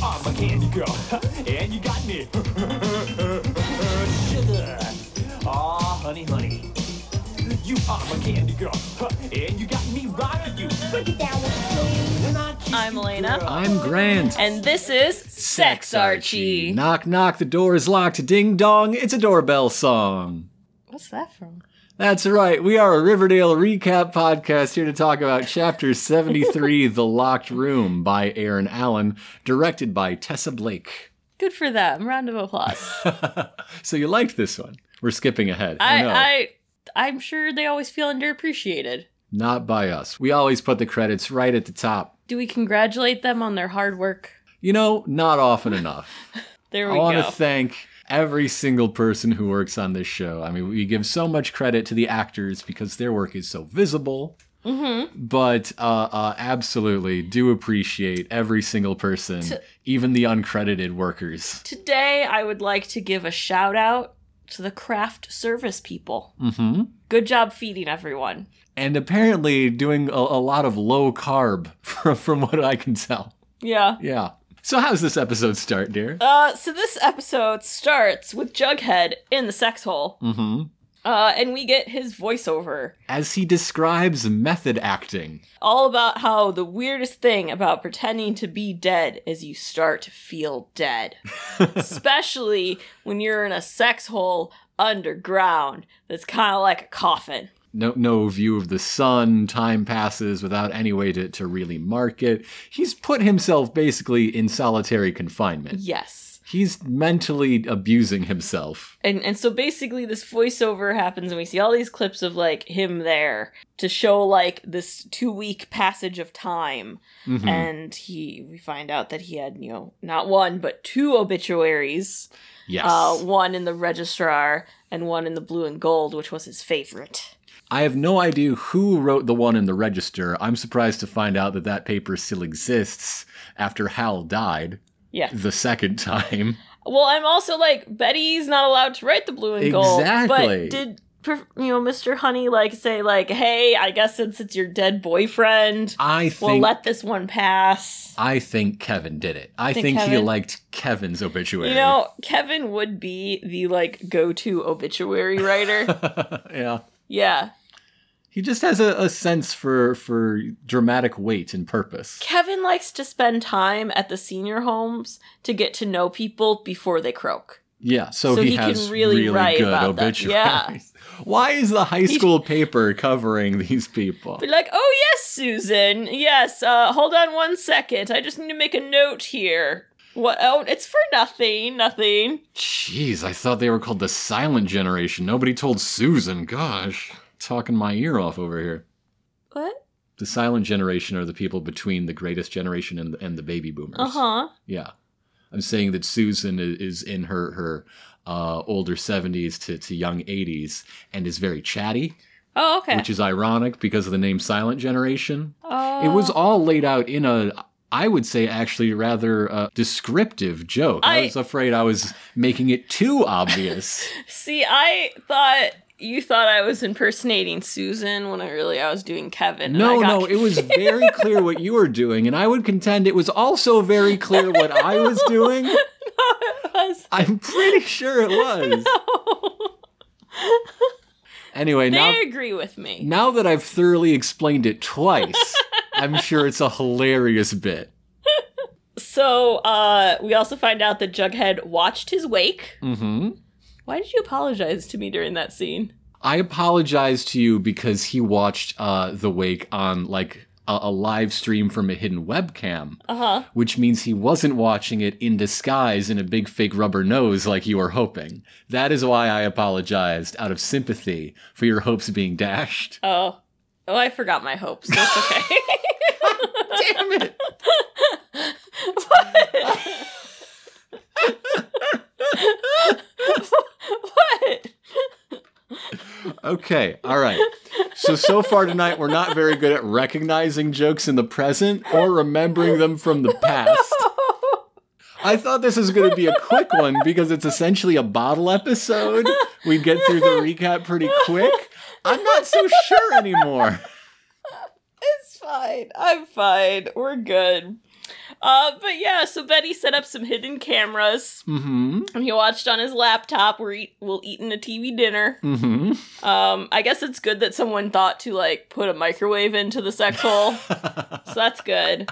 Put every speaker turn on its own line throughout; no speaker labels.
Ah, candy girl. and you got me. Sugar. Aw, honey, honey. You are my candy girl. and you got me rocking you. Break it down with me.
I'm Elena.
I'm Grant.
And this is Sex Archie.
Knock, knock, the door is locked. Ding dong, it's a doorbell song.
What's that from?
That's right, we are a Riverdale recap podcast here to talk about Chapter 73, The Locked Room by Aaron Allen, directed by Tessa Blake.
Good for them. Round of applause.
So you liked this one. We're skipping ahead.
I,
know.
I, I'm sure they always feel underappreciated.
Not by us. We always put the credits right at the top.
Do we congratulate them on their hard work?
You know, not often enough.
There
I
we
want
go.
to thank every single person who works on this show. I mean, we give so much credit to the actors because their work is so visible.
Mm-hmm.
But uh, uh, absolutely do appreciate every single person, even the uncredited workers.
Today, I would like to give a shout out to the craft service people.
hmm
Good job feeding everyone.
And apparently doing a, a lot of low carb, from, from what I can tell.
Yeah.
Yeah. So, how's this episode start, dear?
Uh, so this episode starts with Jughead in the sex hole,
hmm
uh, and we get his voiceover
As he describes method acting.
all about how the weirdest thing about pretending to be dead is you start to feel dead, especially when you're in a sex hole underground that's kind of like a coffin.
no no view of the sun time passes without any way to, to really mark it he's put himself basically in solitary confinement
Yes.
he's mentally abusing himself
And and so basically this voiceover happens and we see all these clips of like him there to show like this 2 week passage of time
Mhm.
and he we find out that he had you know not one but two obituaries
yes
uh, one in the registrar and one in the blue and gold which was his favorite
i have no idea who wrote the one in the register i'm surprised to find out that that paper still exists after hal died
yeah
the second time
well i'm also like betty's not allowed to write the blue and gold
Exactly.
but did per- you know mr honey like say like hey i guess since it's your dead boyfriend
i
we'll
think
let this one pass
i think kevin did it i
Think
think, he
Kevin-
liked kevin's obituary
you know kevin would be the like go-to obituary writer
yeah
yeah
He just has a, a sense for for dramatic weight and purpose.
Kevin likes to spend time at the senior homes to get to know people before they croak.
Yeah, so,
So
he,
he can
has
really
really,
write
good
about that.
obituaries.
Yeah.
Why is the high school paper covering these people?
Be like, oh yes, Susan. Yes, uh, hold on one second. I just need to make a note here. What? Oh, it's for nothing. Nothing.
Jeez, I thought they were called the silent generation. Nobody told Susan. Gosh, talking my ear off over here.
What?
The silent generation are the people between the greatest generation and the, and the baby boomers.
Uh huh.
Yeah. I'm saying that Susan i- is in her her uh, older 70s to, to young 80s and is very chatty.
Oh, okay.
which is ironic because of the name Silent Generation.
Uh,
it was all laid out in a, I would say, actually rather uh, descriptive joke. I,
I-
was afraid I was making it too obvious.
See, I thought you thought I was impersonating Susan when I really I was doing Kevin. and
no,
I got
no, it was very clear what you were doing, and I would contend it was also very clear what I was doing.
confused.
I'm pretty sure it was. Anyway, now
they agree with me.
now that I've thoroughly explained it twice, I'm sure it's a hilarious bit.
So uh, we also find out that Jughead watched his wake.
Mm-hmm.
Why did you apologize to me during that scene?
I apologize to you because he watched uh, The Wake on like a, a live stream from a hidden webcam,
Uh huh.
which means he wasn't watching it in disguise in a big fake rubber nose like you were hoping. That is why I apologized out of sympathy for your hopes being dashed.
Oh, oh, I forgot my hopes. That's okay.
Damn it!
what? what?
Okay, all right. So, so far tonight, we're not very good at recognizing jokes in the present or remembering them from the past. I thought this was going to be a quick one because it's essentially a bottle episode. We'd get through the recap pretty quick. I'm not so sure anymore.
It's fine. I'm fine. We're good. Uh, but yeah, so Betty set up some hidden cameras,
Mm-hmm.
and he watched on his laptop. We're eat- we'll eating a TV dinner.
Mm-hmm.
Um, I guess it's good that someone thought to like put a microwave into the sex hole, so that's good.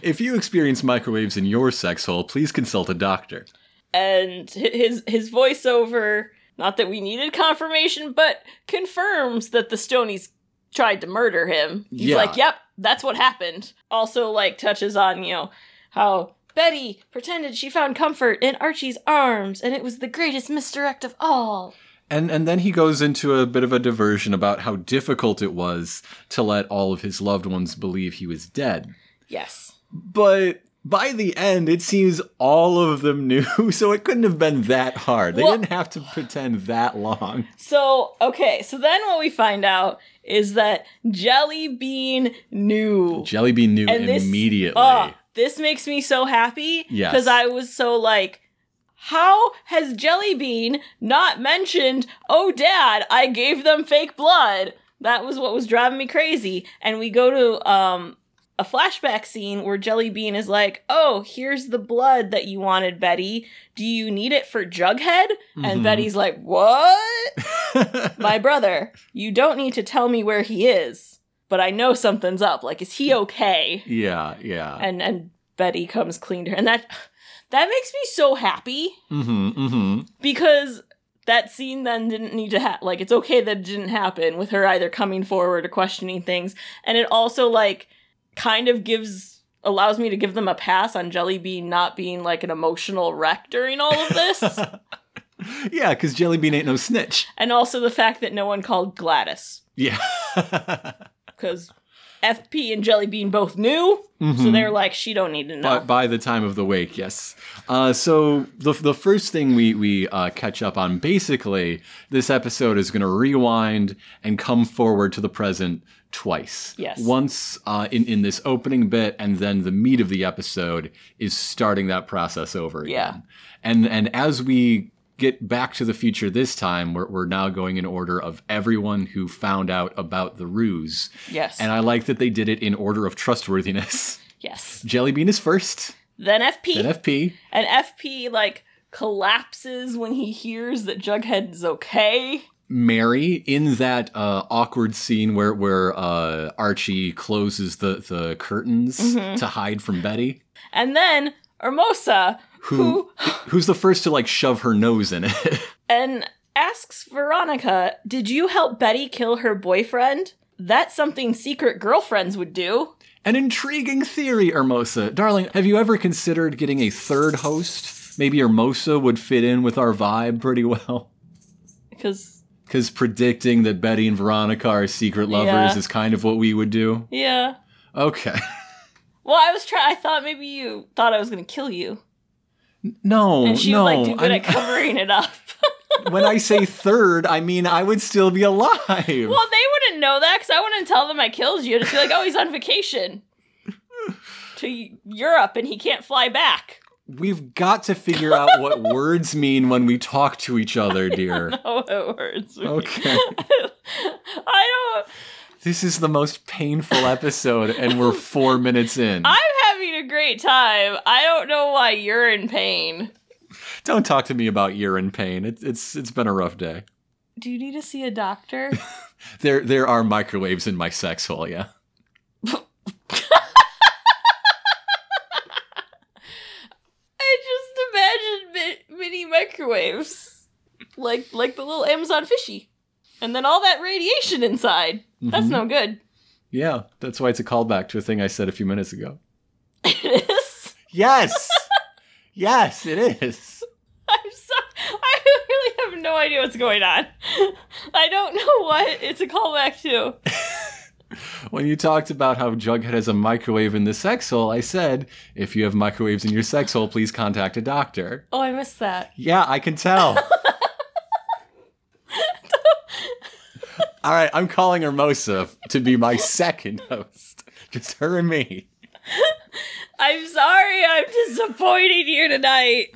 If you experience microwaves in your sex hole, please consult a doctor.
And hi- his his voiceover, not that we needed confirmation, but confirms that the Stonies tried to murder him. He's
Yeah.
like, "Yep, that's what happened." Also, like touches on you know how. Betty pretended she found comfort in Archie's arms, and it was the greatest misdirect of all.
And and then he goes into a bit of a diversion about how difficult it was to let all of his loved ones believe he was dead.
Yes.
But by the end, it seems all of them knew, so it couldn't have been that hard. They
Well-
didn't have to pretend that long.
So, okay, so then what we find out is that Jelly Bean knew.
Jellybean knew
this
immediately.
oh, this makes me so happy
Yes.
cuz I was so like how has Jelly Bean not mentioned, "Oh dad, I gave them fake blood." That was what was driving me crazy. And we go to um a flashback scene where Jelly Bean is like, "Oh, here's the blood that you wanted, Betty. Do you need it for Jughead?"
Mhm.
And Betty's like, "What?" My brother, you don't need to tell me where he is, but I know something's up. Like, is he okay?
yeah, yeah.
And and Betty comes clean to her. And that that makes me so happy
mm-hmm, mm-hmm.
because that scene then didn't need to happen. Like, it's okay that it didn't happen with her either coming forward or questioning things. And it also, like, kind of gives allows me to give them a pass on Jelly Bean not being like an emotional wreck during all of this.
Yeah, because Jellybean ain't no snitch.
and also the fact that no one called Gladys.
Yeah. Mm-hmm.
because FP and Jelly Bean both knew, so
Mhm.
they're like, she don't need to know.
By, by the time of the wake, yes. Uh, so the the first thing we we uh, catch up on, basically, this episode is going to rewind and come forward to the present twice.
Yes.
Once uh, in in this opening bit, and then the meat of the episode is starting that process over again. And and as we get back to the future this time, we're we're now going in order of everyone who found out about the ruse.
yes,
And I like that they did it in order of trustworthiness.
yes.
Jellybean is first,
Then FP,
then FP,
and FP like collapses when he hears that Jughead is okay.
Mary in that uh, awkward scene where where uh, Archie closes the the curtains
Mm-hmm.
to hide from Betty,
And then Hermosa,
who who's the first to like shove her nose in it.
and asks Veronica, "Did you help Betty kill her boyfriend?" That's something secret girlfriends would do.
An intriguing theory, Hermosa. Darling, have you ever considered getting a third host? Maybe Hermosa would fit in with our vibe pretty well.
Because
Because predicting that Betty and Veronica are secret lovers
Yeah.
is kind of what we would do.
yeah.
Okay.
Well, I was trying. I thought maybe you thought I was gonna kill you,
No,
and she
no.
would like do good at
I'm-
covering it up.
when I say third, I mean I would still be alive.
Well, they wouldn't know that because I wouldn't tell them I killed you. Just be like, oh, he's on vacation to Europe and he can't fly back.
We've got to figure out what words mean when we talk to each other, dear.
Oh, it hurts. me.
Okay.
I don't.
This is the most painful episode, and we're four minutes in.
I'm having a great time. I don't know why you're in pain.
Don't talk to me about urine pain. It's it's it's been a rough day.
Do you need to see a doctor?
There there are microwaves in my sex hole, yeah.
I just imagined mi- mini microwaves, like like the little Amazon fishy, and then all that radiation inside. That's
Mhm.
no good.
Yeah, that's why it's a callback to a thing I said a few minutes ago.
It is.
Yes. yes, it is.
I'm so I really have no idea what's going on. I don't know what it's a callback to.
When you talked about how Jughead has a microwave in the sex hole, I said, if you have microwaves in your sex hole, please contact a doctor.
Oh, I missed that.
Yeah, I can tell. All right, I'm calling Hermosa to be my second host. Just her and me.
I'm sorry I'm disappointing you tonight.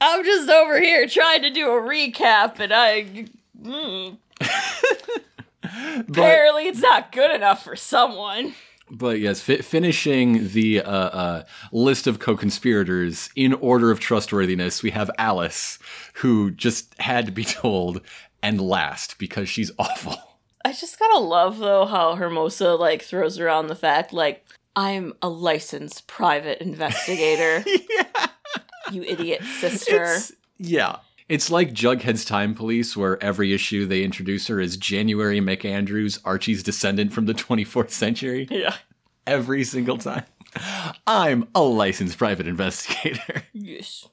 I'm just over here trying to do a recap and I mm,
But
apparently it's not good enough for someone.
But yes, fi- finishing the uh, uh, list of co-conspirators in order of trustworthiness, we have Alice, who just had to be told and last because she's awful.
I just gotta love though how Hermosa like throws around the fact like I'm a licensed private investigator.
yeah,
you idiot sister.
It's- yeah. It's like Jughead's Time Police, where every issue they introduce her as January McAndrews, Archie's descendant from the 24th century.
Yeah.
Every single time. I'm a licensed private investigator.
Yes.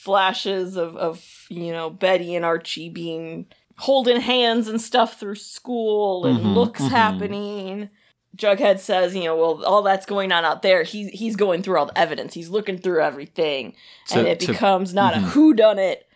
Flashes of of you know Betty and Archie being holding hands and stuff through school and
Mhm,
looks
mhm.
happening. Jughead says, you know, well, all that's going on out there. He's he's going through all the evidence. He's looking through everything, and
To-
it
to-
becomes not a
mhm.
who done it,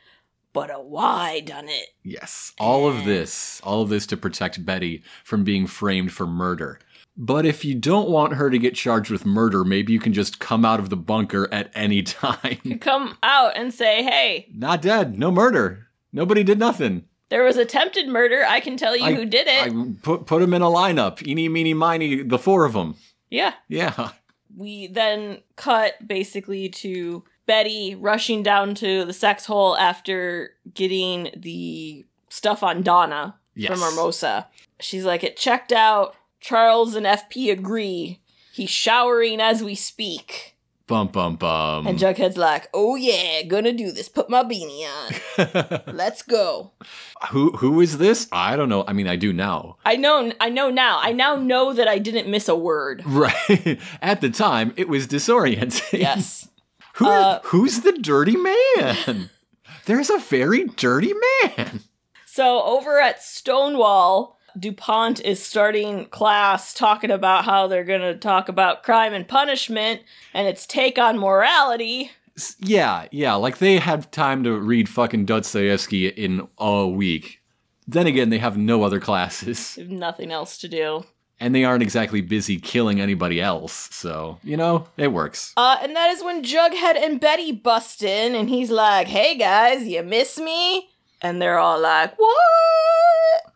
but a why done it.
Yes. All of this, all of this to protect Betty from being framed for murder. But if you don't want her to get charged with murder, maybe you can just come out of the bunker at any time.
Come out and say, hey,
Not dead. No murder. Nobody did nothing.
there was attempted murder. I can tell you
I-
who did it.
I put put them in a lineup. Eeny, meeny, miny, the four of them.
yeah.
Yeah.
we then cut basically to Betty rushing down to the sex hole after getting the stuff on Donna
Yes.
from Hermosa. She's like, it checked out. Charles and FP agree. He's showering as we speak.
bum, bum, bum.
and Jughead's like, oh yeah, gonna do this. Put my beanie on. Let's go.
who who is this? I don't know. I mean, I do now.
I know I know now. I now know that I didn't miss a word.
Right. At the time, it was disorienting.
Yes.
Who,
Uh,
who's the dirty man? There's a very dirty man.
So over at Stonewall, DuPont is starting class talking about how they're going to talk about crime and punishment and its take on morality.
S- Yeah, yeah. Like they have time to read fucking Dostoevsky in a week. Then again, they have no other classes,
They have nothing else to do.
and they aren't exactly busy killing anybody else. So you know, it works.
Uh, and that is when Jughead and Betty bust in and he's like, hey guys, you miss me? And they're all like, what?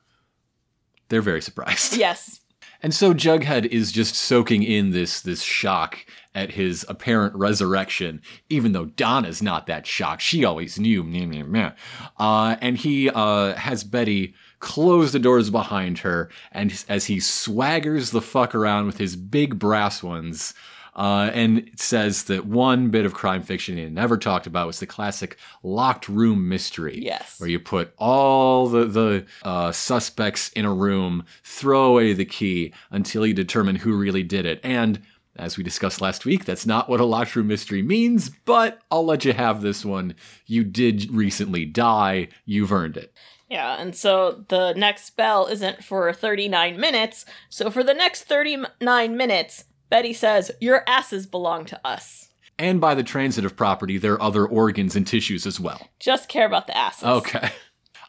They're very surprised.
Yes.
And so Jughead is just soaking in this this shock at his apparent resurrection, even though Donna's not that shocked. She always knew. meh, meh, meh. Uh, and he uh, has Betty close the doors behind her, and as he swaggers the fuck around with his big brass ones. Uh, and says that one bit of crime fiction he never talked about was the classic locked room mystery
Yes.
where you put all the the uh, suspects in a room, throw away the key until you determine who really did it. And as we discussed last week, that's not what a locked room mystery means. But I'll let you have this one. You did recently die. You've earned it.
Yeah, and so the next spell isn't for 39 minutes. So for the next 39 minutes, Betty says, Your asses belong to us.
And by the transitive property, there are other organs and tissues as well.
Just care about the asses.
Okay.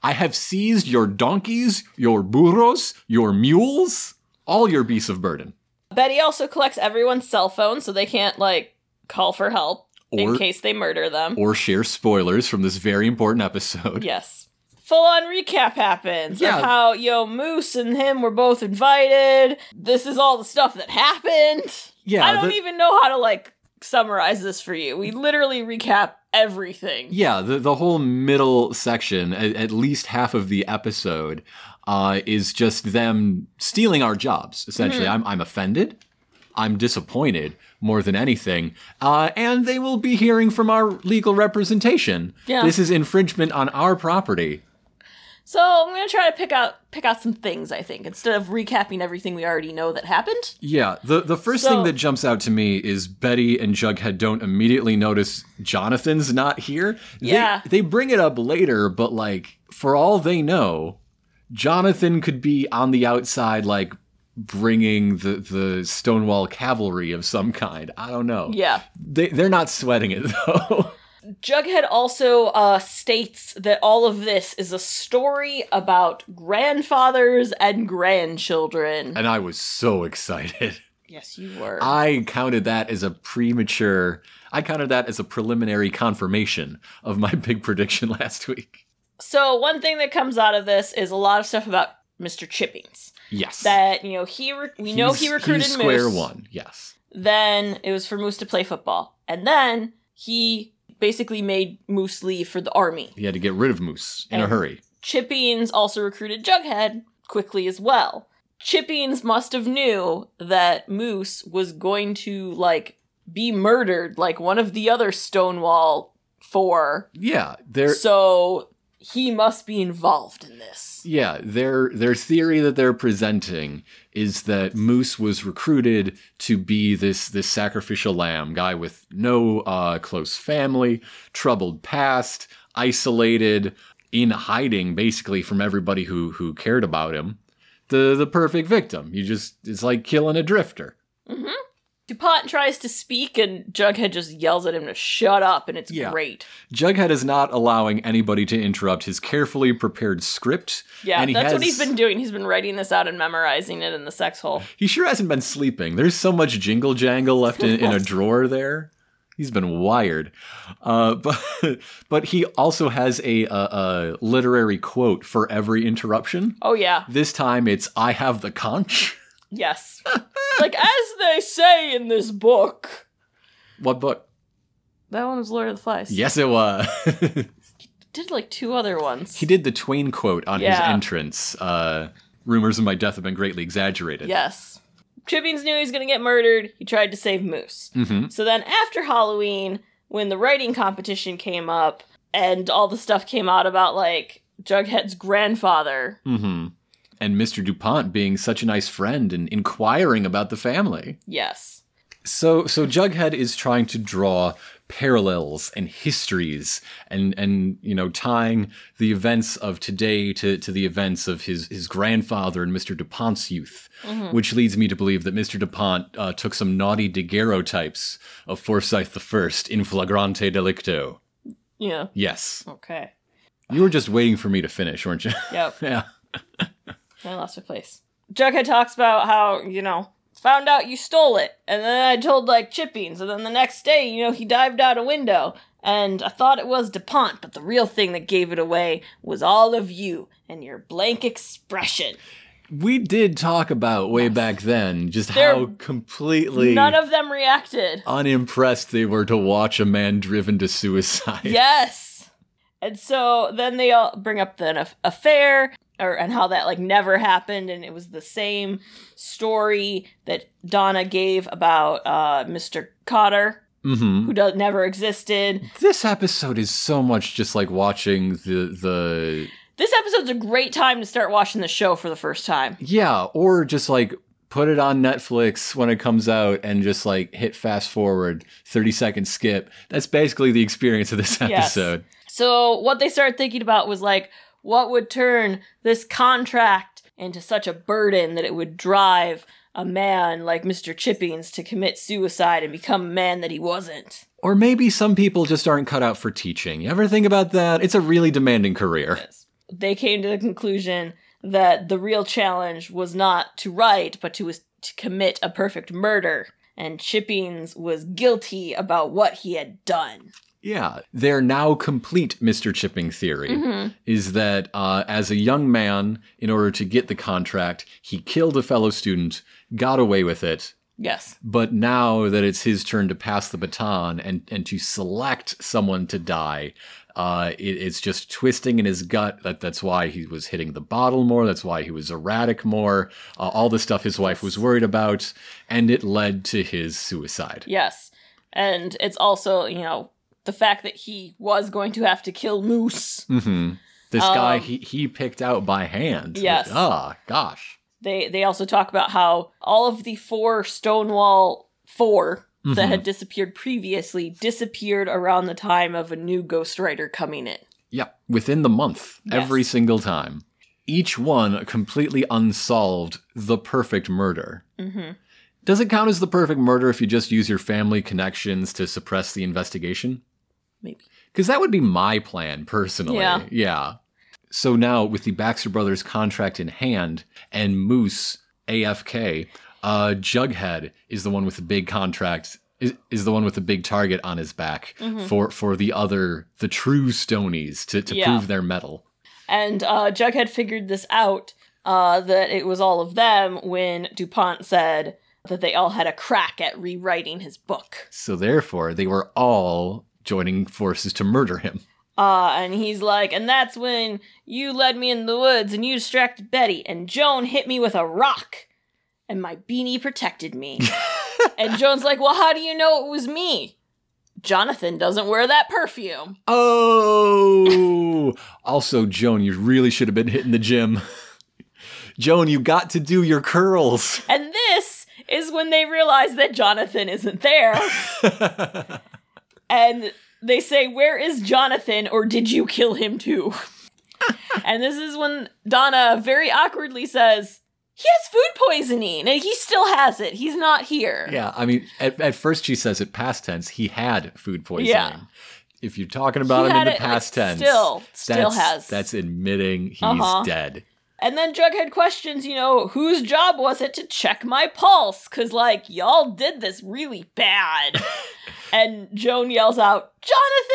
I have seized your donkeys, your burros, your mules, all your beasts of burden.
Betty also collects everyone's cell phone so they can't, like, call for help in
Or-
case they murder them.
Or share spoilers from this very important episode.
yes. Full on recap happens
Yeah.
of how, yo, Moose and him were both invited. This is all the stuff that happened.
Yeah,
I don't
the-
even know how to, like, summarize this for you. We literally recap everything.
Yeah, the, the whole middle section, at, at least half of the episode, uh, is just them stealing our jobs, essentially. I'm, I'm offended. I'm disappointed more than anything. Uh, and they will be hearing from our legal representation.
Yeah.
This is infringement on our property.
So I'm gonna try to pick out pick out some things I think instead of recapping everything we already know that happened.
Yeah, the, the first
So-
thing that jumps out to me is Betty and Jughead don't immediately notice Jonathan's not here. They-
Yeah.
They, bring it up later, but like, for all they know, Jonathan could be on the outside, like, bringing the, the Stonewall cavalry of some kind. I don't know.
Yeah.
They, they're not sweating it, though.
Jughead also uh, states that all of this is a story about grandfathers and grandchildren.
and I was so excited.
yes, you were.
I counted that as a premature, I counted that as a preliminary confirmation of my big prediction last week.
so one thing that comes out of this is a lot of stuff about Mr. Chippings.
Yes.
That you know he re- we know he
He's-
recruited
he's square
Moose.
one. Yes.
Then it was for Moose to play football, and then he basically made Moose leave for the army.
He had to get rid of Moose in a
And-
hurry.
Chippings also recruited Jughead quickly as well. Chippings must have knew that Moose was going to like be murdered like one of the other Stonewall four.
Yeah. There.
so he must be involved in this.
Yeah, their their theory that they're presenting is that Moose was recruited to be this this sacrificial lamb guy with no uh, close family, troubled past, isolated, in hiding basically from everybody who who cared about him. The the perfect victim. You just it's like killing a drifter.
hmm DuPont tries to speak and Jughead just yells at him to shut up and it's
Yeah.
great.
Jughead is not allowing anybody to interrupt his carefully prepared script.
Yeah,
And he
that's what
has-
he's been doing. He's been writing this out and memorizing it in the sex hole.
He sure hasn't been sleeping. There's so much jingle jangle left in, in a drawer there. He's been wired, uh, but but he also has a, a, a literary quote for every interruption.
Oh yeah.
This time it's "I have the conch."
Yes. like as they say in this book.
What book?
That one was Lord of the Flies.
Yes, it was.
Did like two other ones.
he did the Twain quote on his
Yeah.
entrance. Uh, Rumors of my death have been greatly exaggerated.
Yes. Tribbings knew he was going to get murdered. He tried to save Moose.
hmm
So then after Halloween, when the writing competition came up and all the stuff came out about like Jughead's grandfather,
hmm And Mr. Dupont being such a nice friend and inquiring about the family.
yes.
So so Jughead is trying to draw parallels and histories and and you know tying the events of today to to the events of his his grandfather and Mr. DuPont's youth which leads me to believe that Mr. DuPont uh, took some naughty daguerreotypes of Forsyth the 1st in flagrante delicto.
Yeah.
Yes.
Okay.
You were just waiting for me to finish, weren't you?
Yep.
yeah.
I lost my place. Jughead talks about how, you know, found out you stole it. And then I told, like, Chippings. And then the next day, you know, he dived out a window. And I thought it was DuPont, but the real thing that gave it away was all of you and your blank expression.
We did talk about way back then just
They're-
how completely
None of them reacted.
unimpressed they were to watch a man driven to suicide.
Yes. And so then they all bring up the aff- affair or and how that like never happened and it was the same story that Donna gave about uh Mr. Cotter
hmm
who does, never existed.
This episode is so much just like watching the the
This episode's a great time to start watching the show for the first time.
yeah, or just like put it on Netflix when it comes out and just like hit fast forward, 30 second skip. That's basically the experience of this
Yes.
episode.
So what they started thinking about was like what would turn this contract into such a burden that it would drive a man like Mr. Chippings to commit suicide and become a man that he wasn't.
Or maybe some people just aren't cut out for teaching. You ever think about that? It's a really demanding career.
They came to the conclusion that the real challenge was not to write but to to commit a perfect murder and Chippings was guilty about what he had done.
Yeah, their now complete Mr. Chipping theory is that uh, as a young man, in order to get the contract, he killed a fellow student, got away with it,
Yes.
but now that it's his turn to pass the baton and, and to select someone to die, uh, it, it's just twisting in his gut. That that's why he was hitting the bottle more. That's why he was erratic more. Uh, all the stuff his wife was worried about, and it led to his suicide.
Yes. And it's also, you know, the fact that he was going to have to kill Moose.
hmm This guy
Um,
he, he picked out by hand.
Yes.
Ah, gosh.
They they also talk about how all of the four Stonewall 4
Mhm.
that had disappeared previously disappeared around the time of a new ghostwriter coming in.
Yeah, within the month,
Yes.
every single time. Each one completely unsolved the perfect murder.
Mm-hmm.
Does it count as the perfect murder if you just use your family connections to suppress the investigation?
Maybe.
Because that would be my plan personally.
Yeah.
yeah. So now, with the Baxter Brothers contract in hand and Moose AFK, uh, Jughead is the one with the big contract. Is, is the one with the big target on his back
Mhm.
for for the other the true Stonies to, to
Yeah.
prove their metal.
And uh, Jughead figured this out uh, that it was all of them when DuPont said that they all had a crack at rewriting his book.
So therefore, they were all joining forces to murder him.
Uh, and he's like, and that's when you led me in the woods and you distracted Betty, and Joan hit me with a rock, and my beanie protected me. and Joan's like, well, how do you know it was me? Jonathan doesn't wear that perfume.
Oh! also, Joan, you really should have been hitting the gym. Joan, you got to do your curls.
And this is when they realize that Jonathan isn't there. and they say, Where is Jonathan, or did you kill him too? and this is when Donna very awkwardly says, He has food poisoning, and he still has it. He's not here.
Yeah, I mean, at, at first she says it past tense. He had food poisoning.
Yeah.
If you're talking about
He
him in
had
the
it, like,
past tense,
still- still
that's,
has.
That's admitting he's
Uh-huh.
dead.
And then Jughead questions, you know, whose job was it to check my pulse? Cause like y'all did this really bad. and Joan yells out,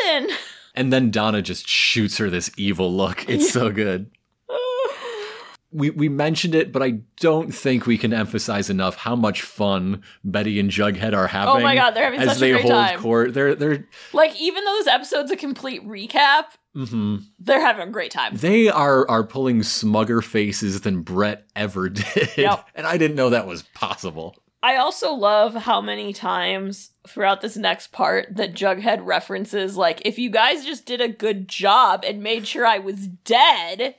Jonathan!
And then Donna just shoots her this evil look. It's so good.
Oh
We, we mentioned it, but I don't think we can emphasize enough how much fun Betty and Jughead are having.
Oh my God, they're having
as
such a
they
great
hold
time.
court. They're they're
like even though this episode's a complete recap,
mhm.
they're having a great time.
they are are pulling smugger faces than Brett ever did,
Yep.
and I didn't know that was possible.
I also love how many times throughout this next part that Jughead references, like, if you guys just did a good job and made sure I was dead,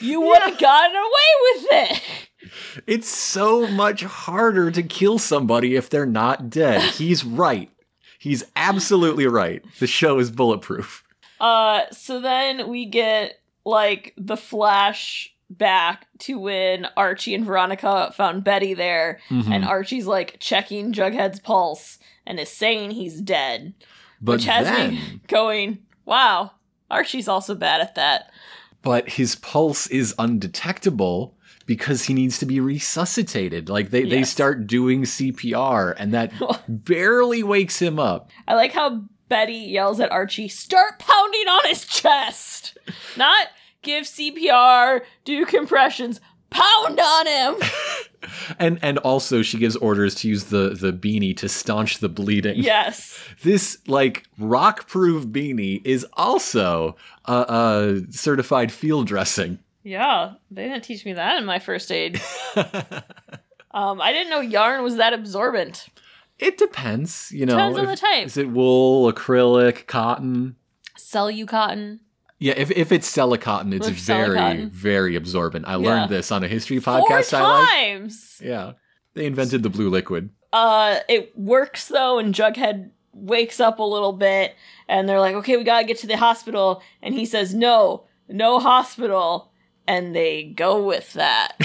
you would have gotten away with it.
It's so much harder to kill somebody if they're not dead. He's right. He's absolutely right. The show is bulletproof.
Uh, so then we get like the flash back to when Archie and Veronica found Betty there,
Mhm.
and uh, Archie's like checking Jughead's pulse and is saying he's dead,
but
which has
then,
me going, "Wow, Archie's also bad at that."
but his pulse is undetectable because he needs to be resuscitated. Like they, they
Yes.
start doing CPR, and that barely wakes him up.
I like how Betty yells at Archie, "Start pounding on his chest, not give CPR, do compressions, pound on him."
And and also she gives orders to use the the beanie to staunch the bleeding.
yes.
This like rock proof beanie is also uh, uh, certified field dressing.
Yeah, they didn't teach me that in my first aid. um, I didn't know yarn was that absorbent.
It depends, you know.
Depends on
if-
the type.
Is it wool, acrylic, cotton?
Sell you cotton.
Yeah, if, if it's cotton, it's
With
very,
silicone.
very absorbent. I
Yeah.
learned this on a history
Four
podcast I like.
times.
Yeah. They invented the blue liquid.
Uh, it works though, and Jughead wakes up a little bit, and they're like, "Okay, we gotta get to the hospital," and he says, "No, no hospital," and they go with that.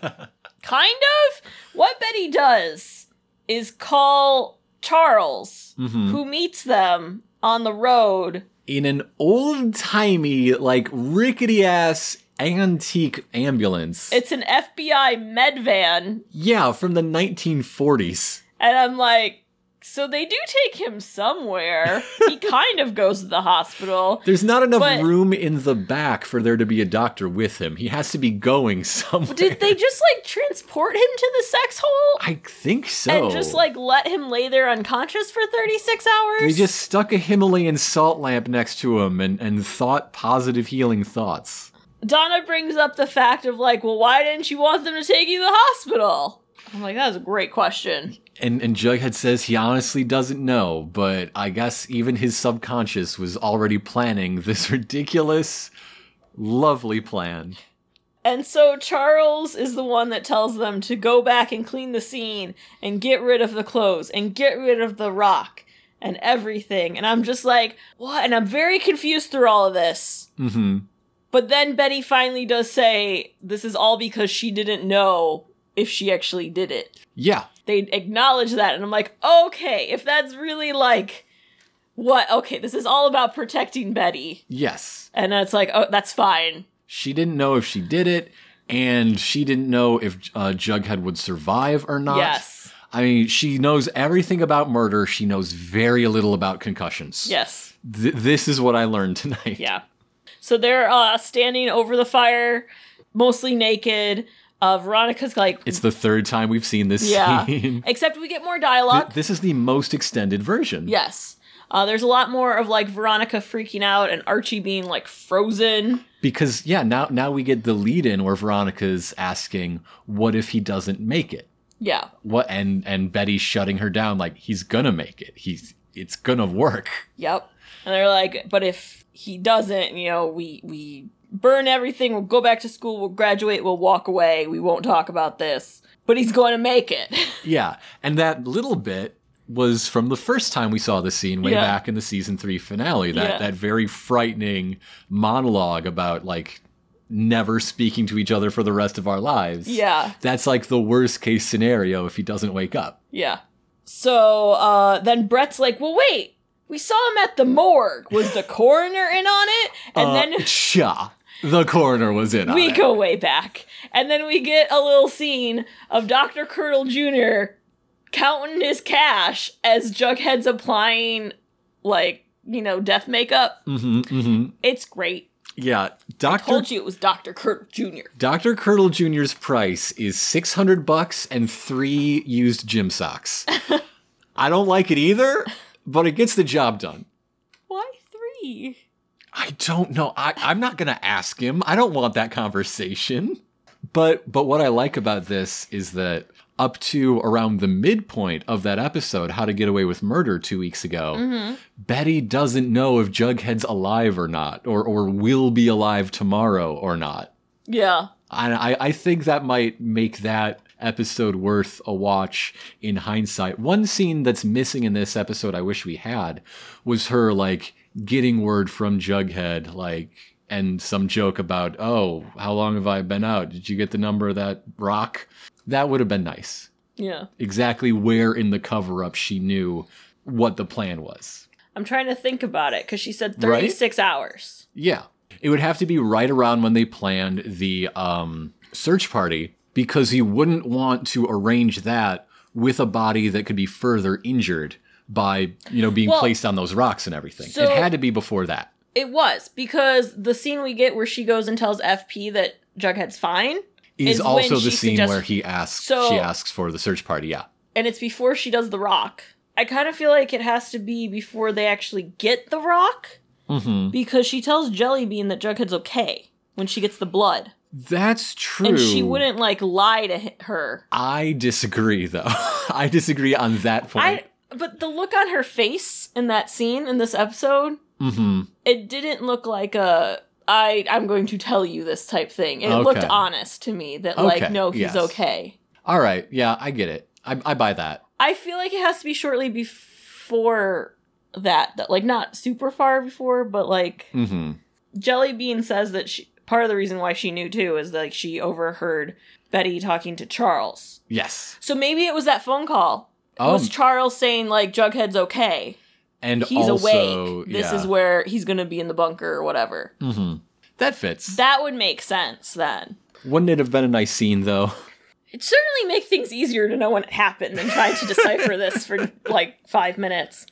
kind of. What Betty does is call Charles,
Mhm.
who meets them on the road
In an old timey, like rickety ass antique ambulance.
It's an FBI med van,
yeah, from the 1940s.
and I'm like, so they do take him somewhere. he kind of goes to the hospital.
There's not enough
But-
room in the back for there to be a doctor with him. He has to be going somewhere.
Did they just like transport him to the sex hole
I think so.
and just like let him lay there unconscious for 36 hours?
They just stuck a Himalayan salt lamp next to him and, and thought positive healing thoughts.
Donna brings up the fact of like, well, why didn't you want them to take you to the hospital? I'm like, that's a great question.
And and Jughead says he honestly doesn't know, but I guess even his subconscious was already planning this ridiculous, lovely plan.
And so Charles is the one that tells them to go back and clean the scene and get rid of the clothes and get rid of the rock and everything. And I'm just like, what? And I'm very confused through all of this.
hmm
But then Betty finally does say this is all because she didn't know if she actually did it.
Yeah,
They acknowledge that. And I'm like, okay, if that's really like, what? Okay, this is all about protecting Betty.
yes.
And it's like, oh, that's fine.
She didn't know if she did it, and she didn't know if uh, Jughead would survive or not.
Yes.
I mean, she knows everything about murder. She knows very little about concussions.
Yes.
Th- this is what I learned tonight.
Yeah. So they're uh, standing over the fire mostly naked. Uh, Veronica's like,
It's the third time we've seen this
Yeah.
scene.
except we get more
Th-
dialogue.
this is the most extended version.
yes. Uh, there's a lot more of like Veronica freaking out and Archie being like frozen.
Because yeah, now now we get the lead in where Veronica's asking, what if he doesn't make it?
Yeah.
What and and Betty's shutting her down like he's gonna make it. He's it's gonna work.
Yep. And they're like, but if he doesn't, you know, we we burn everything, we'll go back to school, we'll graduate, we'll walk away, we won't talk about this. But he's going to make it.
Yeah. And that little bit was from the first time we saw the scene way
Yeah.
back in the season three finale. That
Yeah.
that very frightening monologue about like never speaking to each other for the rest of our lives.
yeah.
That's like the worst case scenario if he doesn't wake up.
Yeah. So uh then Brett's like, "Well, wait. We saw him at the morgue. Was the coroner in on it?" And
Uh,
then
Sha, the coroner was in on
we
it.
go way back. And then we get a little scene of Dr. Curdle Jr. counting his cash as Jughead's applying like, you know, death makeup.
hmm hmm
It's great.
Yeah, Doctor
Told you it was Dr. Kurt Jr.
Doctor Curdle Jr.'s price is six hundred bucks and three used gym socks. I don't like it either, but it gets the job done.
Why three?
I don't know. I, I'm not gonna ask him. I don't want that conversation. But but what I like about this is that up to around the midpoint of that episode, How to Get Away with Murder two weeks ago, Betty doesn't know if Jughead's alive or not, or or will be alive tomorrow or not.
Yeah.
And I, I think that might make that episode worth a watch in hindsight. One scene that's missing in this episode I wish we had was her like getting word from Jughead, like and some joke about, oh, how long have I been out? Did you get the number of that rock? That would have been nice.
Yeah.
Exactly where in the cover up she knew what the plan was.
I'm trying to think about it because she said
Right?
36 hours.
Yeah. It would have to be right around when they planned the um, search party because he wouldn't want to arrange that with a body that could be further injured by, you know, being
Well,
placed on those rocks and everything.
so-
it had to be before that.
It was because the scene we get where she goes and tells FP that Jughead's fine,
Is,
is
also
when
the
she
scene
suggests-
where he asks
So-
she asks for the search party, yeah.
and it's before she does the rock. I kind of feel like it has to be before they actually get the rock
Mhm.
because she tells Jellybean that Jughead's okay when she gets the blood.
That's true.
And she wouldn't like lie to h- her.
I disagree though. I disagree on that point.
I but the look on her face in that scene in this episode,
mhm.
it didn't look like a I I'm going to tell you this type thing. It looked
Okay.
honest to me that
Okay,
like no, he's
yes.
okay.
All right. Yeah, I get it. I, I buy that.
I feel like it has to be shortly before that that like not super far before, but like
Mhm.
Jelly Bean says that she part of the reason why she knew too is like she overheard Betty talking to Charles.
Yes.
So maybe it was that phone call. It
Um,
was Charles saying like Jughead's okay.
and
he's
also,
awake. This
yeah.
is where he's gonna be in the bunker or whatever.
Mm-hmm. That fits.
That would make sense then.
Wouldn't it have been a nice scene though?
It certainly make things easier to know when it happened than trying to decipher this for like five minutes.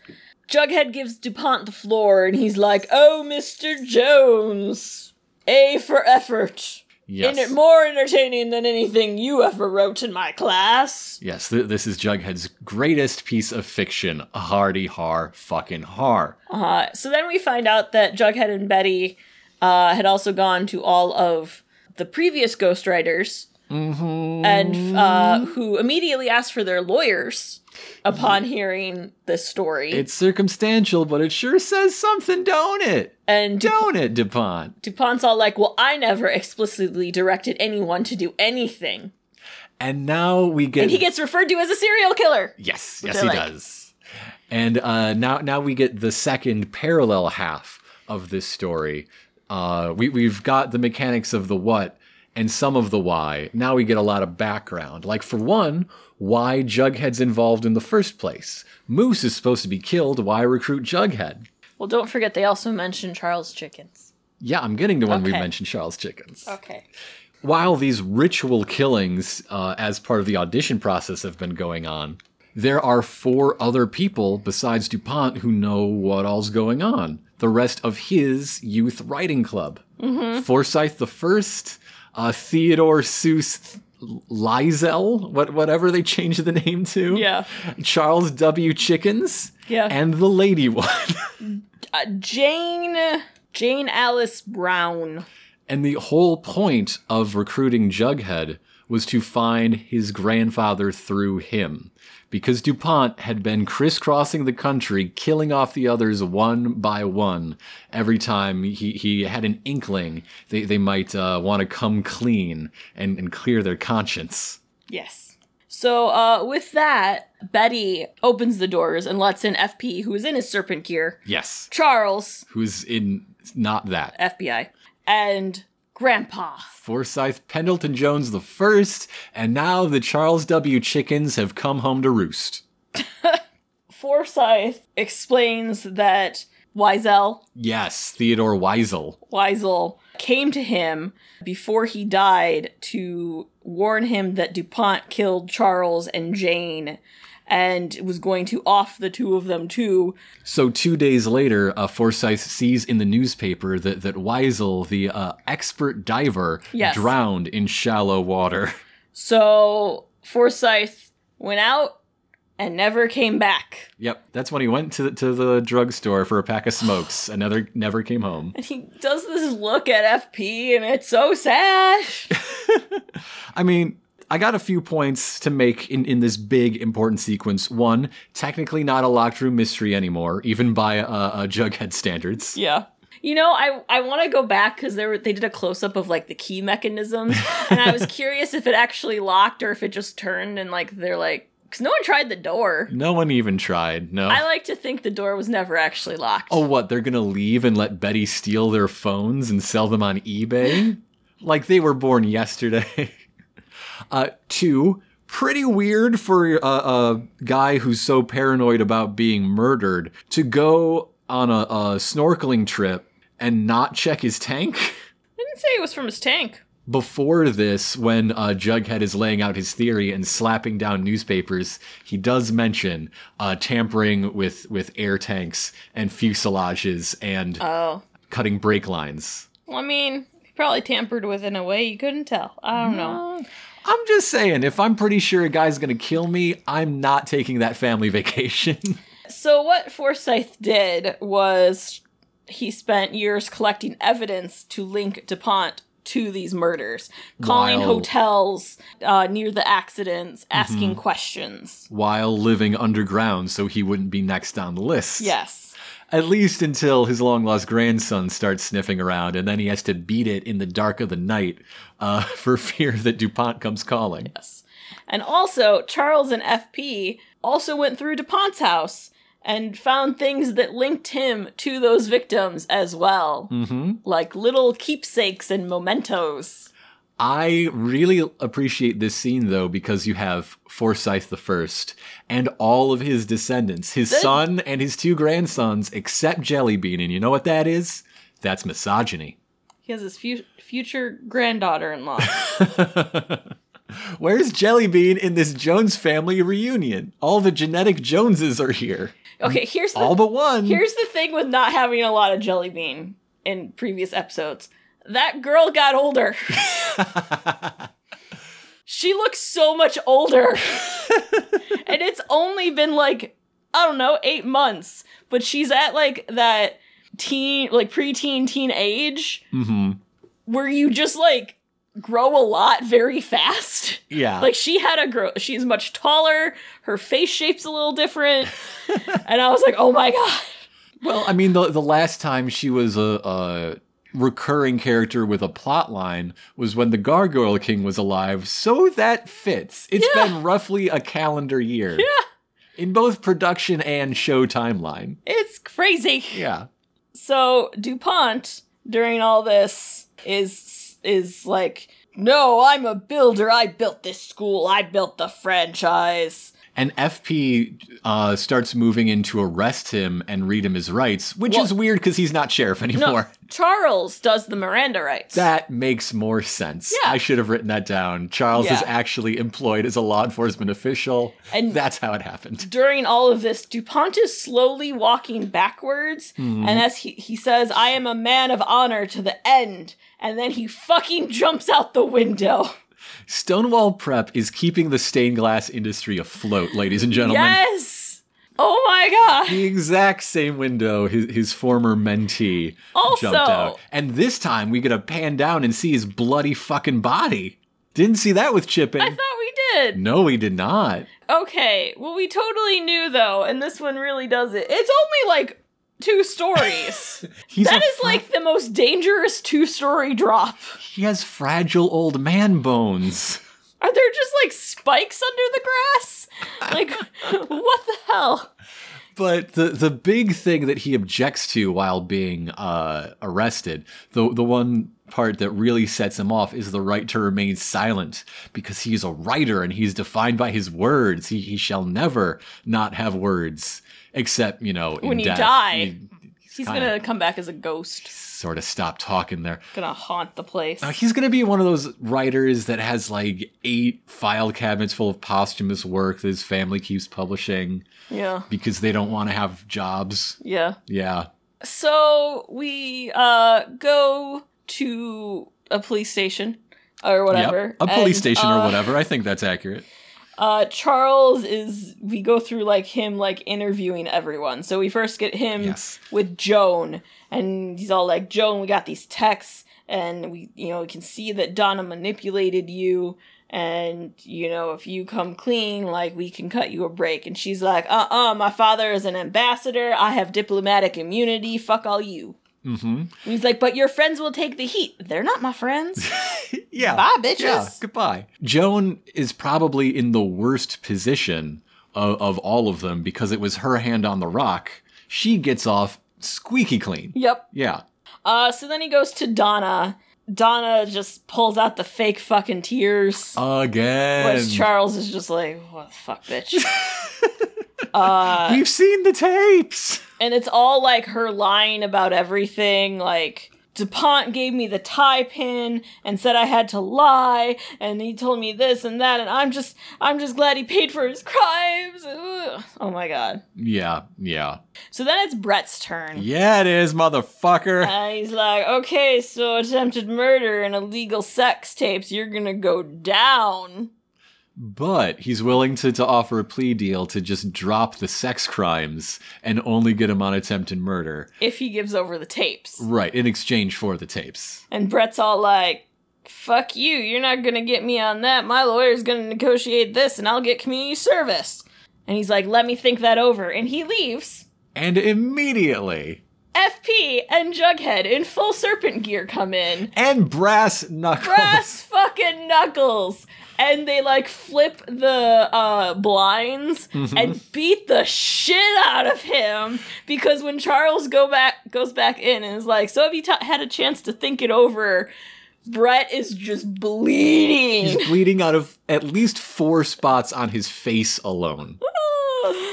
Jughead gives DuPont the floor and he's like, Oh, Mr. Jones, A for effort.
Yes.
Enter- more entertaining than anything you ever wrote in my class.
yes, th- this is Jughead's greatest piece of fiction. Hardy har fucking har.
Uh, so then we find out that Jughead and Betty uh, had also gone to all of the previous ghostwriters
Mm-hmm.
and uh, who immediately asked for their lawyers upon hearing this story.
it's circumstantial, but it sure says something, don't it?
and Du-
Don't it, DuPont?
DuPont's all like, well, I never explicitly directed anyone to do anything.
And now we get
And he gets referred to as a serial killer.
Yes,
which I
yes, he
like.
does. And uh, now, now we get the second parallel half of this story. Uh, we we've got the mechanics of the what and some of the why. Now we get a lot of background. Like for one, why Jughead's involved in the first place. Moose is supposed to be killed. Why recruit Jughead?
Well, don't forget, they also mentioned Charles Chickens.
Yeah, I'm getting to when we
Okay.
mentioned Charles Chickens.
Okay.
while these ritual killings uh, as part of the audition process have been going on, there are four other people besides DuPont who know what all's going
Mm-hmm.
on. The rest of his youth writing club. Forsyth the first, uh, Theodore Seuss Liesel, what whatever they changed the name to.
Yeah.
Charles W. Chickens.
Yeah.
And the lady one.
Uh, Jane Jane Alice Brown.
and the whole point of recruiting Jughead was to find his grandfather through him. Because DuPont had been crisscrossing the country, killing off the others one by one every time he, he had an inkling they, they might uh, want to come clean and, and clear their conscience.
Yes. So uh, with that, Betty opens the doors and lets in FP, who is in his serpent gear,
Yes.
Charles,
Who's in not that.
FBI, and Grandpa.
Forsyth Pendleton Jones the first, and now the Charles W. Chickens have come home to roost.
Forsyth explains that Wiesel,
Yes, Theodore Weisel.
Weisel came to him before he died to warn him that DuPont killed Charles and Jane and was going to off the two of them too.
So two days later, uh, Forsyth sees in the newspaper that that Weisel, the uh, expert diver,
Yes.
drowned in shallow water.
So Forsyth went out and never came back.
yep, that's when he went to the, to the drugstore for a pack of smokes. Another never came home.
And he does this look at FP and it's so sad.
I mean, I got a few points to make in, in this big important sequence. One, technically not a locked room mystery anymore, even by uh, uh, Jughead standards.
Yeah. You know, I I want to go back because they were they did a close up of like the key mechanisms, and I was curious if it actually locked or if it just turned and like they're like because no one tried the door.
No one even tried. No.
I like to think the door was never actually locked.
oh, what? They're gonna leave and let Betty steal their phones and sell them on eBay? like they were born yesterday. uh, two, pretty weird for a, a guy who's so paranoid about being murdered to go on a, a snorkeling trip and not check his tank.
didn't say it was from his tank.
before this, when uh, Jughead is laying out his theory and slapping down newspapers, he does mention uh, tampering with with air tanks and fuselages and
Oh,
cutting brake lines.
well, I mean, he probably tampered with it in a way you couldn't tell. I don't know.
I'm just saying, if I'm pretty sure a guy's gonna kill me, I'm not taking that family vacation.
So what Forsyth did was he spent years collecting evidence to link DuPont to these murders, calling
While-
hotels uh, near the accidents, asking questions.
While living underground, so he wouldn't be next on the list.
Yes.
At least until his long lost grandson starts sniffing around, and then he has to beat it in the dark of the night uh, for fear that DuPont comes calling.
Yes. And also, Charles and FP also went through DuPont's house and found things that linked him to those victims as well,
hmm
like little keepsakes and mementos.
I really appreciate this scene though because you have Forsyth the First and all of his descendants, his
Th-
son and his two grandsons, except Jellybean. And you know what that is? That's misogyny.
He has his fu- future granddaughter in law.
Where's Jellybean in this Jones family reunion? All the genetic Joneses are here.
Okay, here's the
All but one.
Here's the thing with not having a lot of Jelly Bean in previous episodes. That girl got older. she looks so much older. and it's only been like, I don't know, eight months. But she's at like that teen, like preteen teen age
hmm
where you just like grow a lot very fast.
Yeah.
Like she had a grow she's much taller, her face shape's a little different. and I was like, oh my god.
Well, I mean, the the last time she was a, a recurring character with a plot line was when the Gargoyle King was alive, so that fits. It's
Yeah.
been roughly a calendar year.
Yeah.
In both production and show timeline.
It's crazy.
Yeah.
So DuPont during all this is is like, "No, I'm a builder. I built this school. I built the franchise."
And FP uh, starts moving in to arrest him and read him his rights, which
Well-
is weird because he's not sheriff
No,
anymore.
Charles does the Miranda rights.
That makes more sense.
Yeah.
I should have written that down. Charles is
Yeah.
actually employed as a law enforcement official.
And-
that's how it happened.
during all of this, DuPont is slowly walking backwards,
Mm-hmm.
and as he, he says, I am a man of honor to the end, and then he fucking jumps out the window.
Stonewall Prep is keeping the stained glass industry afloat, ladies and gentlemen.
Yes! Oh my god!
The exact same window his, his former mentee
Also-
jumped out. And this time we get to pan down and see his bloody fucking body. Didn't see that with Chipping.
I thought we did.
no, we did not.
Okay, well, we totally knew though, and this one really does it. It's only like two stories.
He's
that
a
is
fra-
like the most dangerous two story drop.
he has fragile old man bones.
Are there just like spikes under the grass? Like, what the hell?
But the the big thing that he objects to while being uh, arrested, the the one part that really sets him off is the right to remain silent because he is a writer and he's defined by his words. He he shall never not have words, except you know in
When you
death.
die.
he's
He's
gonna
gonna come back as a ghost.
sort of stop talking there.
Gonna haunt the place.
Now, he's going to be one of those writers that has like eight file cabinets full of posthumous work that his family keeps publishing
Yeah.
because they don't want to have jobs.
Yeah.
Yeah.
So we uh go to a police station or whatever.
Yep. A
and,
police station or
uh,
whatever. I think that's accurate.
Uh Charles is we go through like him like interviewing everyone. So we first get him
Yes.
with Joan and he's all like, Joan, we got these texts and we you know, we can see that Donna manipulated you and you know, if you come clean, like we can cut you a break. And she's like, uh uh my father is an ambassador, I have diplomatic immunity, fuck all you.
Mm-hmm.
And he's like, but your friends will take the heat. They're not my friends.
Yeah.
Bye, bitches.
Yeah. Goodbye. Joan is probably in the worst position of, of all of them because it was her hand on the rock. She gets off squeaky clean.
yep.
Yeah.
Uh, so then he goes to Donna. Donna just pulls out the fake fucking tears.
Again.
Whereas Charles is just like, what the fuck, bitch? uh,
We've seen the tapes.
and it's all like her lying about everything. Like, DuPont gave me the tie pin and said I had to lie, and he told me this and that, and I'm just, I'm just glad he paid for his crimes. Ugh. Oh my god.
Yeah. Yeah.
So then it's Brett's turn.
Yeah, it is, motherfucker.
And he's like, okay, so attempted murder and illegal sex tapes, you're gonna go down.
But he's willing to, to offer a plea deal to just drop the sex crimes and only get him on attempted murder.
If he gives over the tapes.
Right, in exchange for the tapes.
And Brett's all like, fuck you, you're not gonna get me on that. My lawyer's gonna negotiate this and I'll get community service. And he's like, let me think that over. And he leaves.
And immediately,
FP and Jughead in full serpent gear come in.
and brass knuckles.
Brass fucking knuckles! And they like flip the uh, blinds and beat the shit out of him because when Charles go back goes back in and is like, "So have you ta had a chance to think it over?" Brett is just bleeding.
He's bleeding out of at least four spots on his face alone.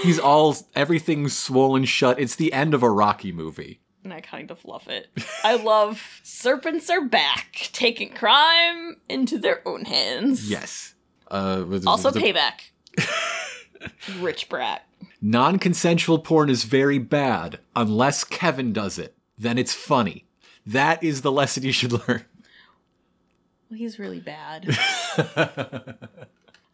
He's all, everything's swollen shut. It's the end of a Rocky movie.
and I kind of love it. I love serpents are back, taking crime into their own hands.
Yes. Uh, with-
Also,
with-
payback. Rich brat.
Non consensual porn is very bad unless Kevin does it. Then it's funny. That is the lesson you should learn.
Well, he's really bad.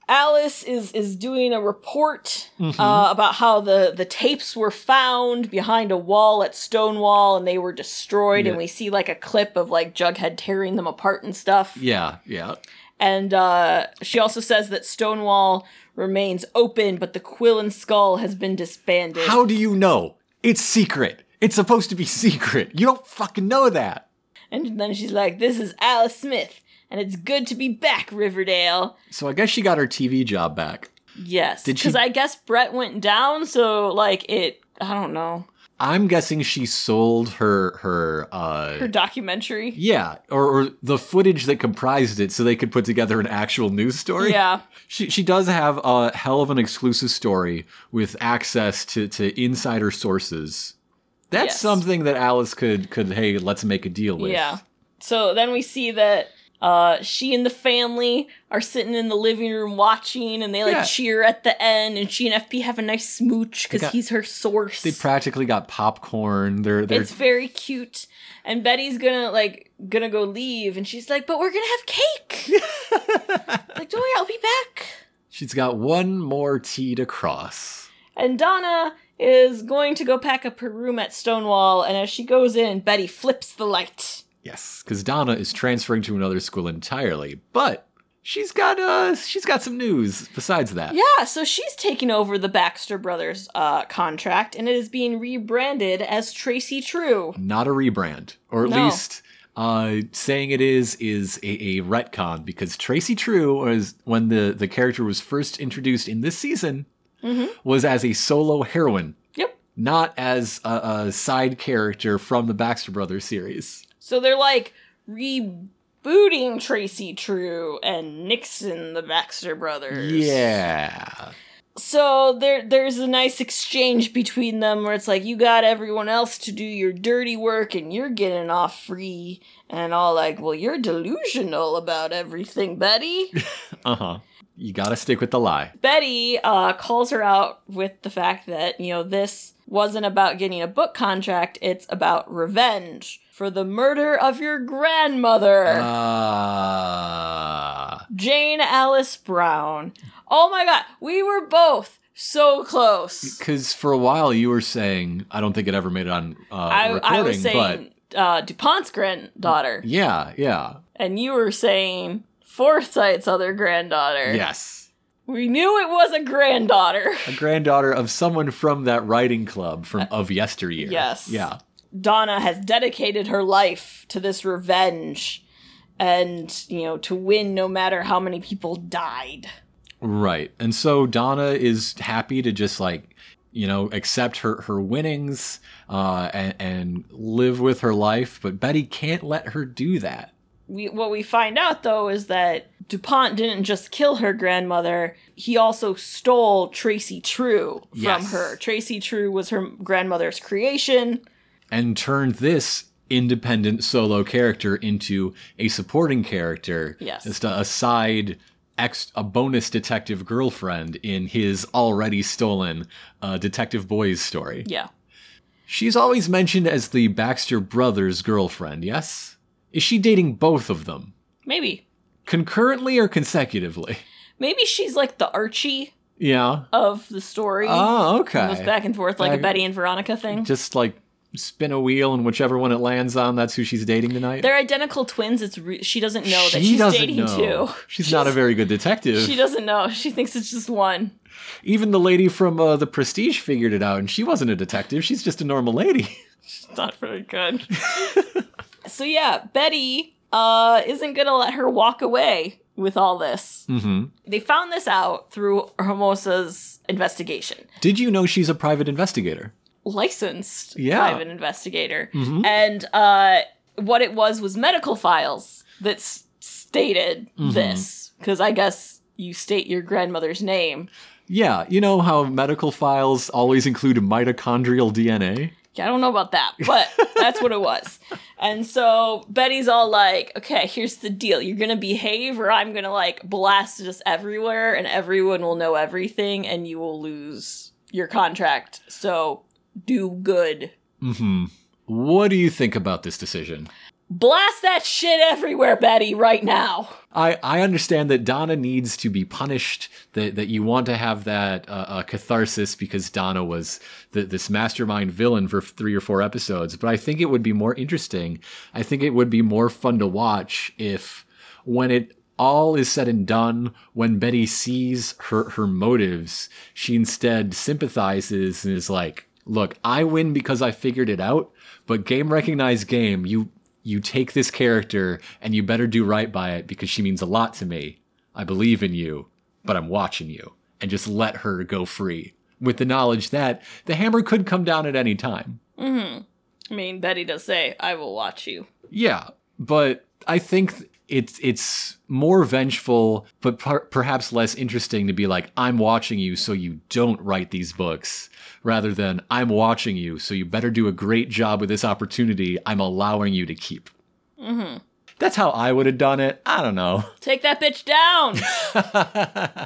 Alice is is doing a report
Mm-hmm.
uh, about how the the tapes were found behind a wall at Stonewall and they were destroyed. And
Yeah.
we see like a clip of like Jughead tearing them apart and stuff.
Yeah, yeah.
And uh, she also says that Stonewall remains open, but the Quill and Skull has been disbanded.
How do you know? It's secret. It's supposed to be secret. You don't fucking know that.
and then she's like, "This is Alice Smith, and it's good to be back, Riverdale."
So I guess she got her TV job back.
Yes,
Did she-
because I guess Brett went down, so like it. I don't know.
I'm guessing she sold her her uh
Her documentary.
yeah, or, or the footage that comprised it so they could put together an actual news story.
Yeah.
She, she does have a hell of an exclusive story with access to, to insider sources. That's
Yes.
something that Alice could could hey, let's make a deal with.
Yeah. So then we see that uh, she and the family are sitting in the living room watching, and they like
Yeah.
cheer at the end, and she and FP have a nice smooch
They
because
got-
he's her source.
They practically got popcorn. They're they're
it's very cute, and Betty's gonna like gonna go leave, and she's like, "But we're gonna have cake." like, don't worry, I'll be back.
she's got one more T to cross.
And Donna is going to go pack up her room at Stonewall, and as she goes in, Betty flips the light.
Yes, because Donna is transferring to another school entirely, but she's got uh she's got some news besides that.
Yeah, so she's taking over the Baxter Brothers uh, contract, and it is being rebranded as Tracy True.
Not a rebrand, or at
No.
least uh saying it is is a, a retcon because Tracy True was when the the character was first introduced in this season
Mm-hmm.
was as a solo heroine,
Yep.
not as a, a side character from the Baxter Brothers series.
So they're like rebooting Tracy True and Nixon the Baxter Brothers.
Yeah.
So there there's a nice exchange between them where it's like you got everyone else to do your dirty work and you're getting off free and all like, "Well, you're delusional about everything, Betty."
Uh-huh. You got to stick with the lie.
Betty uh, calls her out with the fact that, you know, this wasn't about getting a book contract, it's about revenge for the murder of your grandmother,
Uh,
Jane Alice Brown. Oh my god, we were both so close.
Because for a while you were saying, I don't think it ever made it on uh,
I,
recording,
I was saying uh, DuPont's granddaughter,
but yeah, yeah,
and you were saying Forsyth's other granddaughter.
yes.
We knew it was a granddaughter.
A granddaughter of someone from that writing club from of yesteryear.
Uh, yes.
Yeah.
Donna has dedicated her life to this revenge and, you know, to win no matter how many people died.
Right. And so Donna is happy to just like, you know, accept her, her winnings uh, and, and live with her life. But Betty can't let her do that.
We, what we find out, though, is that DuPont didn't just kill her grandmother, he also stole Tracy True from
Yes.
her. Tracy True was her grandmother's creation.
and turned this independent solo character into a supporting character.
Yes.
Just a, a side ex a bonus detective girlfriend in his already stolen uh, detective boys story.
Yeah.
She's always mentioned as the Baxter brothers' girlfriend, yes? Is she dating both of them?
Maybe.
Concurrently or consecutively?
Maybe she's like the Archie
Yeah.
of the story.
Oh,
Goes
okay.
back and forth like
Back-
a Betty and Veronica thing.
Just like spin a wheel and whichever one it lands on, that's who she's dating tonight.
They're identical twins. It's re- she doesn't know that she's dating
know.
two.
She's, not a very good detective.
She doesn't know. She thinks it's just one.
Even the lady from uh, the Prestige figured it out, and she wasn't a detective. She's just a normal lady.
It's not very good. so yeah, Betty uh isn't gonna let her walk away with all this.
hmm
They found this out through Hermosa's investigation.
Did you know she's a private investigator?
Licensed
Yeah.
private investigator.
Mhm.
And uh what it was was medical files that s- stated
Mhm.
this. Because I guess you state your grandmother's name.
Yeah, you know how medical files always include mitochondrial DNA?
Yeah, I don't know about that, but that's what it was. And so Betty's all like, okay, here's the deal. You're going to behave, or I'm going to like blast this everywhere, and everyone will know everything, and you will lose your contract. So do good.
hmm What do you think about this decision?
Blast that shit everywhere, Betty, right now.
I, I understand that Donna needs to be punished, that, that you want to have that uh, uh, catharsis because Donna was the, this mastermind villain for three or four episodes. But I think it would be more interesting. I think it would be more fun to watch if, when it all is said and done, when Betty sees her, her motives, she instead sympathizes and is like, look, I win because I figured it out, but game recognize game. You you take this character and you better do right by it because she means a lot to me. I believe in you, but I'm watching you. And just let her go free with the knowledge that the hammer could come down at any time.
Mm-hmm. I mean, Betty does say, "I will watch you."
Yeah, but I think th- it's it's more vengeful, but per- perhaps less interesting to be like, "I'm watching you, so you don't write these books," rather than "I'm watching you, so you better do a great job with this opportunity I'm allowing you to keep."
Mm-hmm.
That's how I would have done it. I don't know.
Take that bitch down, and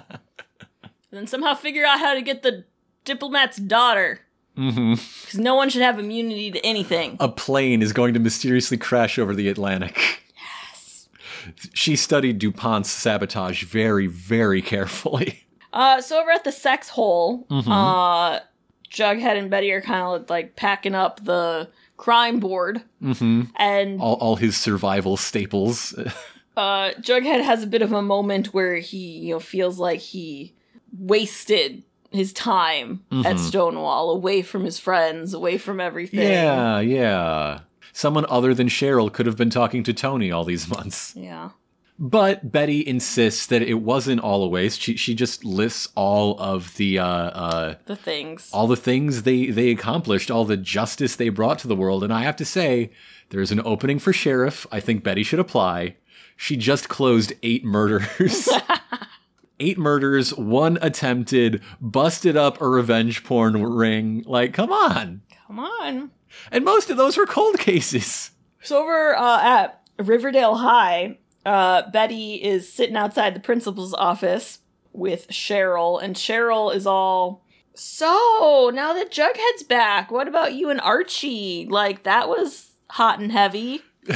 then somehow figure out how to get the diplomat's daughter,
hmm
because no one should have immunity to anything.
A plane is going to mysteriously crash over the Atlantic.
Yes.
She studied DuPont's sabotage very, very carefully.
Uh, so over at the sex hole,
Mhm.
uh, Jughead and Betty are kind of like packing up the crime board,
hmm
and
All, all his survival staples.
uh, Jughead has a bit of a moment where he, you know, feels like he wasted his time at
Mhm.
Stonewall, away from his friends, away from everything.
Yeah, yeah. Someone other than Cheryl could have been talking to Tony all these months.
Yeah.
But Betty insists that it wasn't all a waste. She, she just lists all of the uh, uh,
The things.
all the things they they accomplished, all the justice they brought to the world. And I have to say, there's an opening for sheriff. I think Betty should apply. She just closed eight murders. Eight murders, one attempted, busted up a revenge porn ring. Like, come on.
Come on.
And most of those were cold cases.
So over uh, at Riverdale High, uh, Betty is sitting outside the principal's office with Cheryl, and Cheryl is all. So now that Jughead's back, what about you and Archie? Like that was hot and heavy.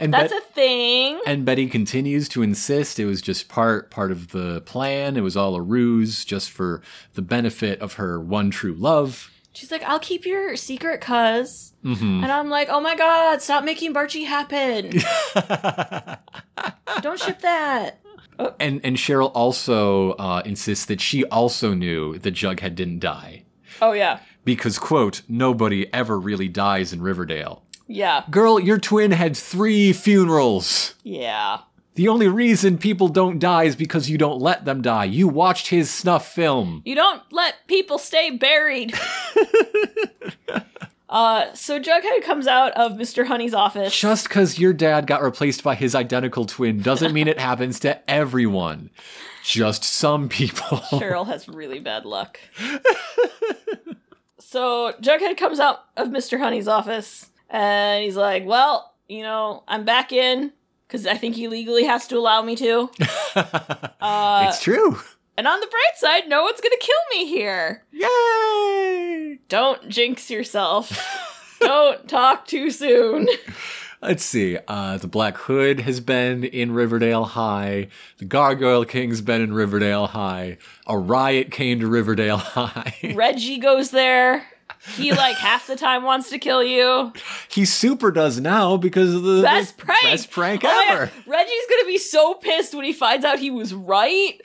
and
That's
Bet-
a thing.
and Betty continues to insist it was just part part of the plan. It was all a ruse just for the benefit of her one true love.
She's like, I'll keep your secret, cuz.
hmm
And I'm like, oh my god, stop making Barchi happen. Don't ship that.
and and Cheryl also uh, insists that she also knew that Jughead didn't die
Oh, yeah.
because quote nobody ever really dies in Riverdale.
Yeah.
Girl, your twin had three funerals.
Yeah.
The only reason people don't die is because you don't let them die. You watched his snuff film.
You don't let people stay buried. uh, so Jughead comes out of Mr. Honey's office.
Just because your dad got replaced by his identical twin doesn't mean it happens to everyone. Just some people.
Cheryl has really bad luck. so Jughead comes out of Mr. Honey's office and he's like, Well, you know, I'm back in because I think he legally has to allow me to. Uh,
it's true.
and on the bright side, no one's going to kill me here.
Yay!
Don't jinx yourself. Don't talk too soon.
Let's see. Uh, the Black Hood has been in Riverdale High. The Gargoyle King's been in Riverdale High. A riot came to Riverdale High.
Reggie goes there. He like half the time wants to kill you.
he super does now because of the
Best
the
prank.
best prank
Oh my
ever.
God, Reggie's gonna be so pissed when he finds out he was right.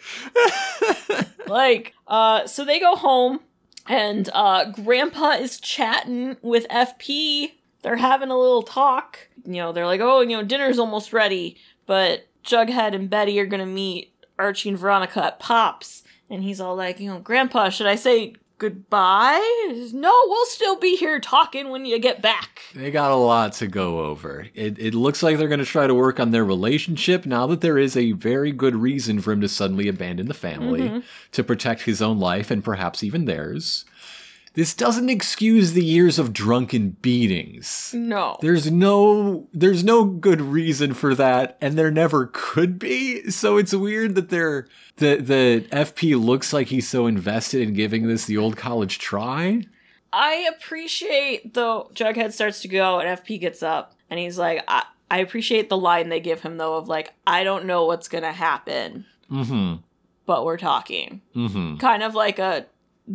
like, uh, so they go home, and uh, Grandpa is chatting with FP. They're having a little talk. You know, they're like, "Oh, you know, dinner's almost ready," but Jughead and Betty are gonna meet Archie and Veronica at Pops, and he's all like, "You know, Grandpa, should I say?" Goodbye? He says, No, we'll still be here talking when you get back.
They got a lot to go over. It, it looks like they're going to try to work on their relationship now that there is a very good reason for him to suddenly abandon the family to protect his own life and perhaps even theirs. This doesn't excuse the years of drunken beatings.
No.
There's no there's no good reason for that and there never could be. So it's weird that they're the the FP looks like he's so invested in giving this the old college try.
I appreciate though Jughead starts to go and FP gets up and he's like, I, I appreciate the line they give him though of like, I don't know what's gonna happen,
Mhm.
but we're talking.
Mhm.
Kind of like a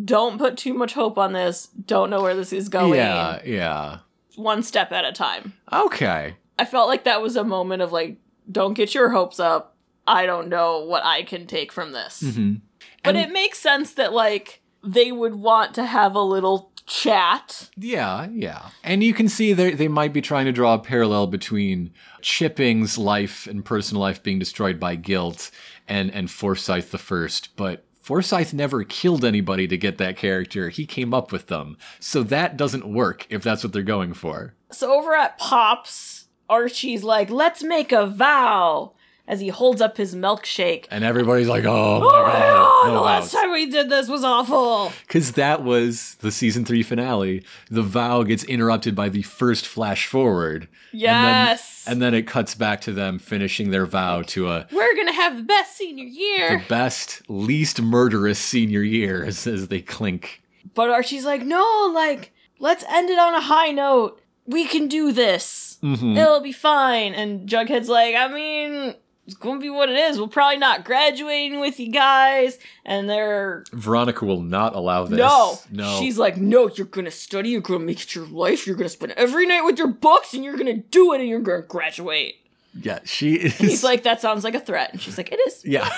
don't put too much hope on this, don't know where this is going.
Yeah, yeah.
One step at a time.
Okay.
I felt like that was a moment of like, don't get your hopes up. I don't know what I can take from this.
Mhm.
But
And-
it makes sense that like they would want to have a little chat.
Yeah, yeah. And you can see they they might be trying to draw a parallel between Chipping's life and personal life being destroyed by guilt and and Forsyth the First, but Forsyth never killed anybody to get that character. He came up with them. So that doesn't work if that's what they're going for.
So over at Pop's, Archie's like, let's make a vow as he holds up his milkshake.
And everybody's like, oh my
Oh my
god,
god, the
no
last
vows.
time we did this was awful.
Because that was the season three finale. The vow gets interrupted by the first flash forward.
Yes.
And then, and then it cuts back to them finishing their vow to a
We're gonna have the best senior
the
year.
best, least murderous senior year as, as they clink.
But Archie's like, no, like, let's end it on a high note. We can do this.
Mhm.
It'll be fine. And Jughead's like, I mean, it's gonna be what it is. We're probably not graduating with you guys. And they're
Veronica will not allow this.
no,
No.
She's like, no, you're gonna study. You're gonna make it your life. You're gonna spend every night with your books, and you're gonna do it, and you're gonna graduate.
yeah, she is.
He's like, that sounds like a threat. And she's like, it is.
yeah.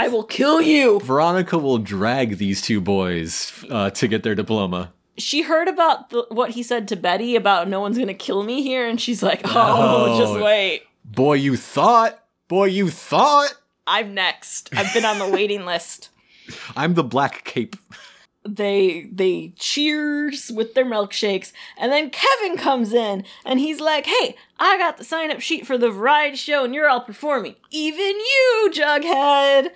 I will kill you.
Veronica will drag these two boys uh, to get their diploma.
she heard about the, what he said to Betty about no one's gonna kill me here, and she's like,
No.
oh, just wait.
Boy, you thought. Boy, you thought.
I'm next. I've been on the waiting list.
I'm the black cape.
They they cheers with their milkshakes, and then Kevin comes in and he's like, "Hey, I got the sign up sheet for the variety show, and you're all performing. Even you, Jughead."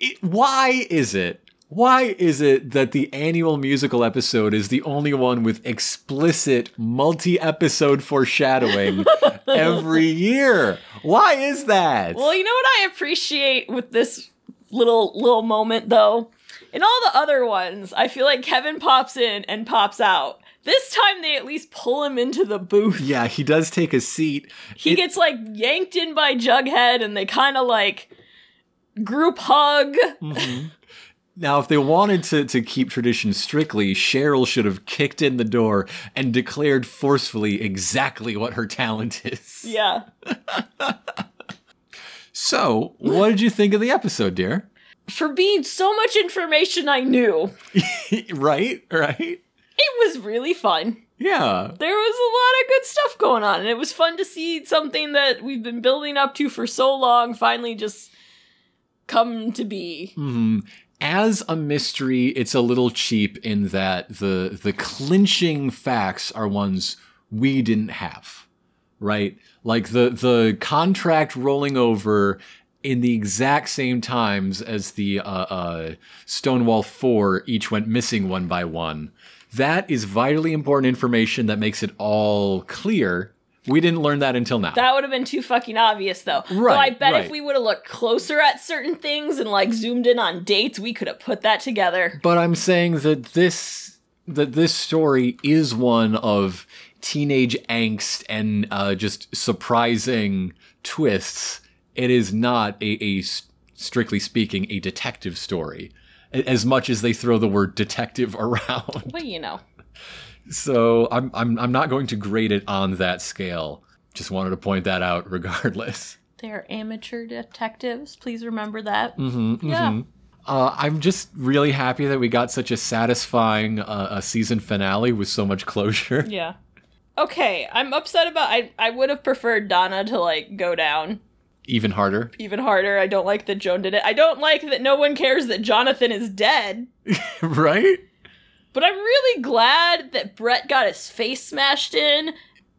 It, why is it? Why is it that the annual musical episode is the only one with explicit multi episode foreshadowing every year? Why is that?
Well, you know what I appreciate with this little little moment though? In all the other ones, I feel like Kevin pops in and pops out. This time they at least pull him into the booth.
yeah, he does take a seat.
He
It-
gets like yanked in by Jughead and they kind of like group hug.
Now, if they wanted to, to keep tradition strictly, Cheryl should have kicked in the door and declared forcefully exactly what her talent is.
Yeah.
So, what did you think of the episode, dear?
For being so much information I knew.
right? Right?
It was really fun.
Yeah.
There was a lot of good stuff going on and it was fun to see something that we've been building up to for so long finally just come to be.
hmm As a mystery, it's a little cheap in that the the clinching facts are ones we didn't have, right? Like the the contract rolling over in the exact same times as the uh, uh, Stonewall Four each went missing one by one. That is vitally important information that makes it all clear. We didn't learn that until now.
That would have been too fucking obvious, though. Right. Though I
Right,
bet
right.
if we would have looked closer at certain things and like zoomed in on dates, we could have put that together.
But I'm saying that this that this story is one of teenage angst and uh, just surprising twists. It is not a, a s- strictly speaking a detective story, a- as much as they throw the word detective around.
But you know,
So I'm I'm I'm not going to grade it on that scale. Just wanted to point that out, regardless.
they are amateur detectives. Please remember that.
Mm-hmm,
Yeah.
Uh, I'm just really happy that we got such a satisfying uh, a season finale with so much closure.
Yeah. Okay, I'm upset about. I I would have preferred Donna to like go down
even harder.
even harder. I don't like that Joan did it. I don't like that no one cares that Jonathan is dead.
right?
But I'm really glad that Brett got his face smashed in,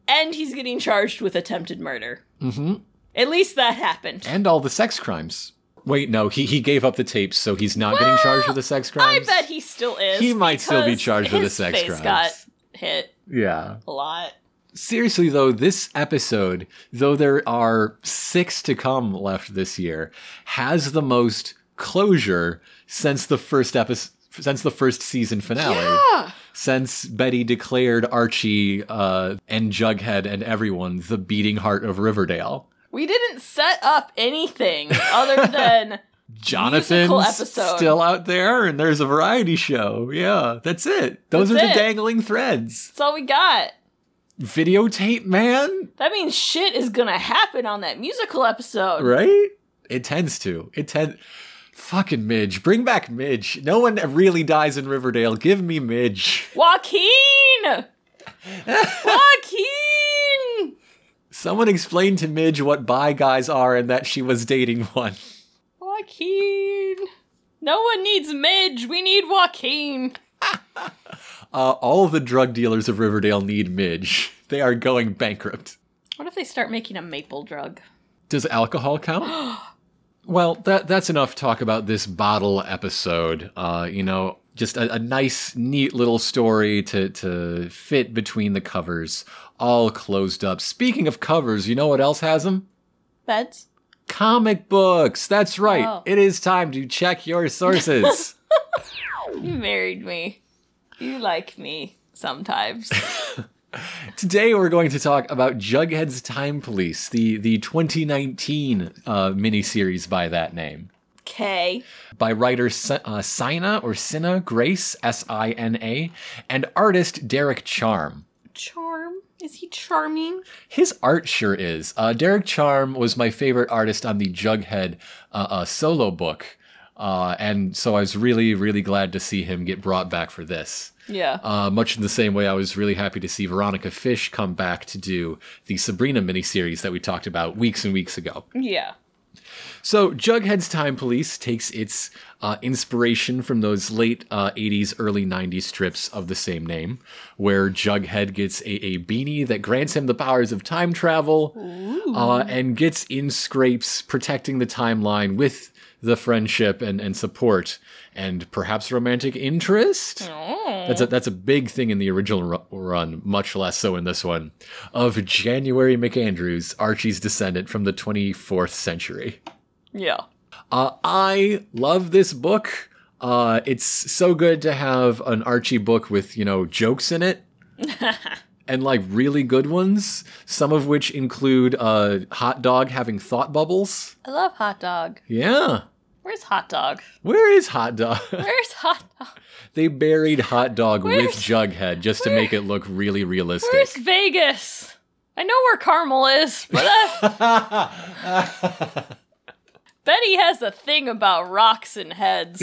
and he's getting charged with attempted murder.
hmm
At least that happened.
And all the sex crimes. Wait, no, he, he gave up the tapes, so he's not getting
Well,
charged with the sex
I
crimes.
bet he still is.
He might still be
because
charged with the
his
sex
face
crimes.
Got hit
Yeah.
a lot.
Seriously, though, this episode, though there are six to come left this year, has the most closure since the first episode. Since the first season finale, since Betty declared Archie uh, and Jughead and everyone the beating heart of Riverdale,
We didn't set up anything other than Musical
Jonathan's
episode.
still out there, and there's a variety show. Yeah, that's it. Those
That's
are the
it.
dangling threads.
that's all we got.
Videotape, man,
That means shit is gonna happen on that musical episode.
right? It tends to. It tend. Fucking Midge, bring back Midge. No one really dies in Riverdale. Give me Midge.
Joaquin! Joaquin!
Someone explain to Midge what bi guys are and that she was dating one.
Joaquin. No one needs Midge. We need Joaquin.
Uh, all of the drug dealers of Riverdale need Midge. They are going bankrupt.
What if they start making a maple drug?
Does alcohol count? well, that that's enough talk about this bottle episode. Uh, you know, just a, a nice, neat little story to to fit between the covers, all closed up. Speaking of covers, you know what else has them?
Beds?
Comic books. That's right.
Oh.
It is time to check your sources.
You married me. You like me sometimes.
Today we're going to talk about Jughead's Time Police, the the 2019 uh, miniseries by that name,
Okay.
by writer Si- uh, Sina or Sina Grace S I N A, and artist Derek Charm.
Charm? Is he charming?
His art sure is. Uh, Derek Charm was my favorite artist on the Jughead uh, uh, solo book, uh, and so I was really really glad to see him get brought back for this.
Yeah.
Uh, much in the same way, I was really happy to see Veronica Fish come back to do the Sabrina miniseries that we talked about weeks and weeks ago.
yeah.
So, Jughead's Time Police takes its uh, inspiration from those late uh, 80s, early 90s strips of the same name, where Jughead gets a, a beanie that grants him the powers of time travel uh, and gets in scrapes protecting the timeline with the friendship and, and support and perhaps romantic interest. That's a that's a big thing in the original ru- run, much less so in this one, of January McAndrews, Archie's descendant from the 24th century.
Yeah.
Uh, I love this book. Uh, it's so good to have an Archie book with you know jokes in it, and like really good ones. Some of which include uh, hot dog having thought bubbles.
I love hot dog.
Yeah,
Where's hot dog?
where is hot dog?
Where's hot dog?
they buried hot dog with
Where's-
Jughead just to make it look really realistic.
Where's Vegas? I know where Carmel is, but uh, Betty has a thing about rocks and heads.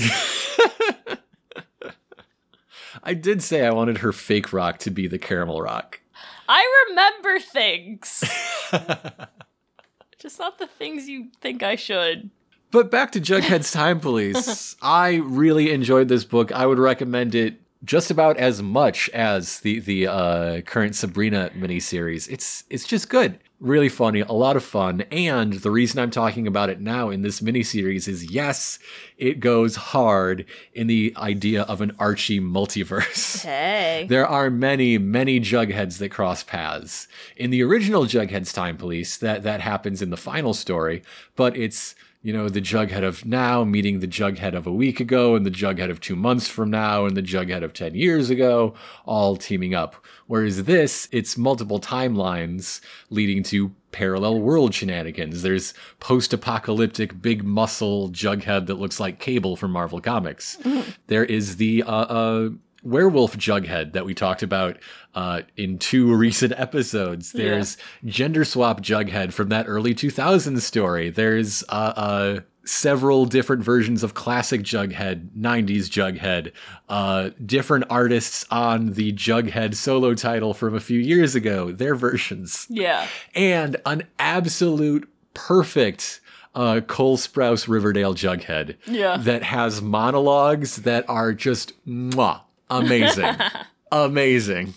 I did say I wanted her fake rock to be the caramel rock.
I remember things. Just not the things you think I should.
But back to Jughead's Time Police. I really enjoyed this book. I would recommend it just about as much as the the uh, current Sabrina miniseries. It's it's just good, really funny, a lot of fun. And the reason I'm talking about it now in this miniseries is yes, it goes hard in the idea of an Archie multiverse.
Hey.
There are many, many Jugheads that cross paths. In the original Jughead's Time Police, that, that happens in the final story, but it's, you know, the Jughead of now meeting the Jughead of a week ago and the Jughead of two months from now and the Jughead of 10 years ago, all teaming up. Whereas this, it's multiple timelines leading to parallel world shenanigans. There's post apocalyptic big muscle Jughead that looks like Cable from Marvel Comics. There is the uh, uh, werewolf Jughead that we talked about uh, in two recent episodes. There's gender swap Jughead from that early 2000s story. There's uh, uh, several different versions of classic Jughead, 90s Jughead, uh, different artists on the Jughead solo title from a few years ago, their versions
Yeah.
and an absolute perfect uh, Cole Sprouse Riverdale Jughead.
Yeah.
That has monologues that are just mwah, amazing. amazing.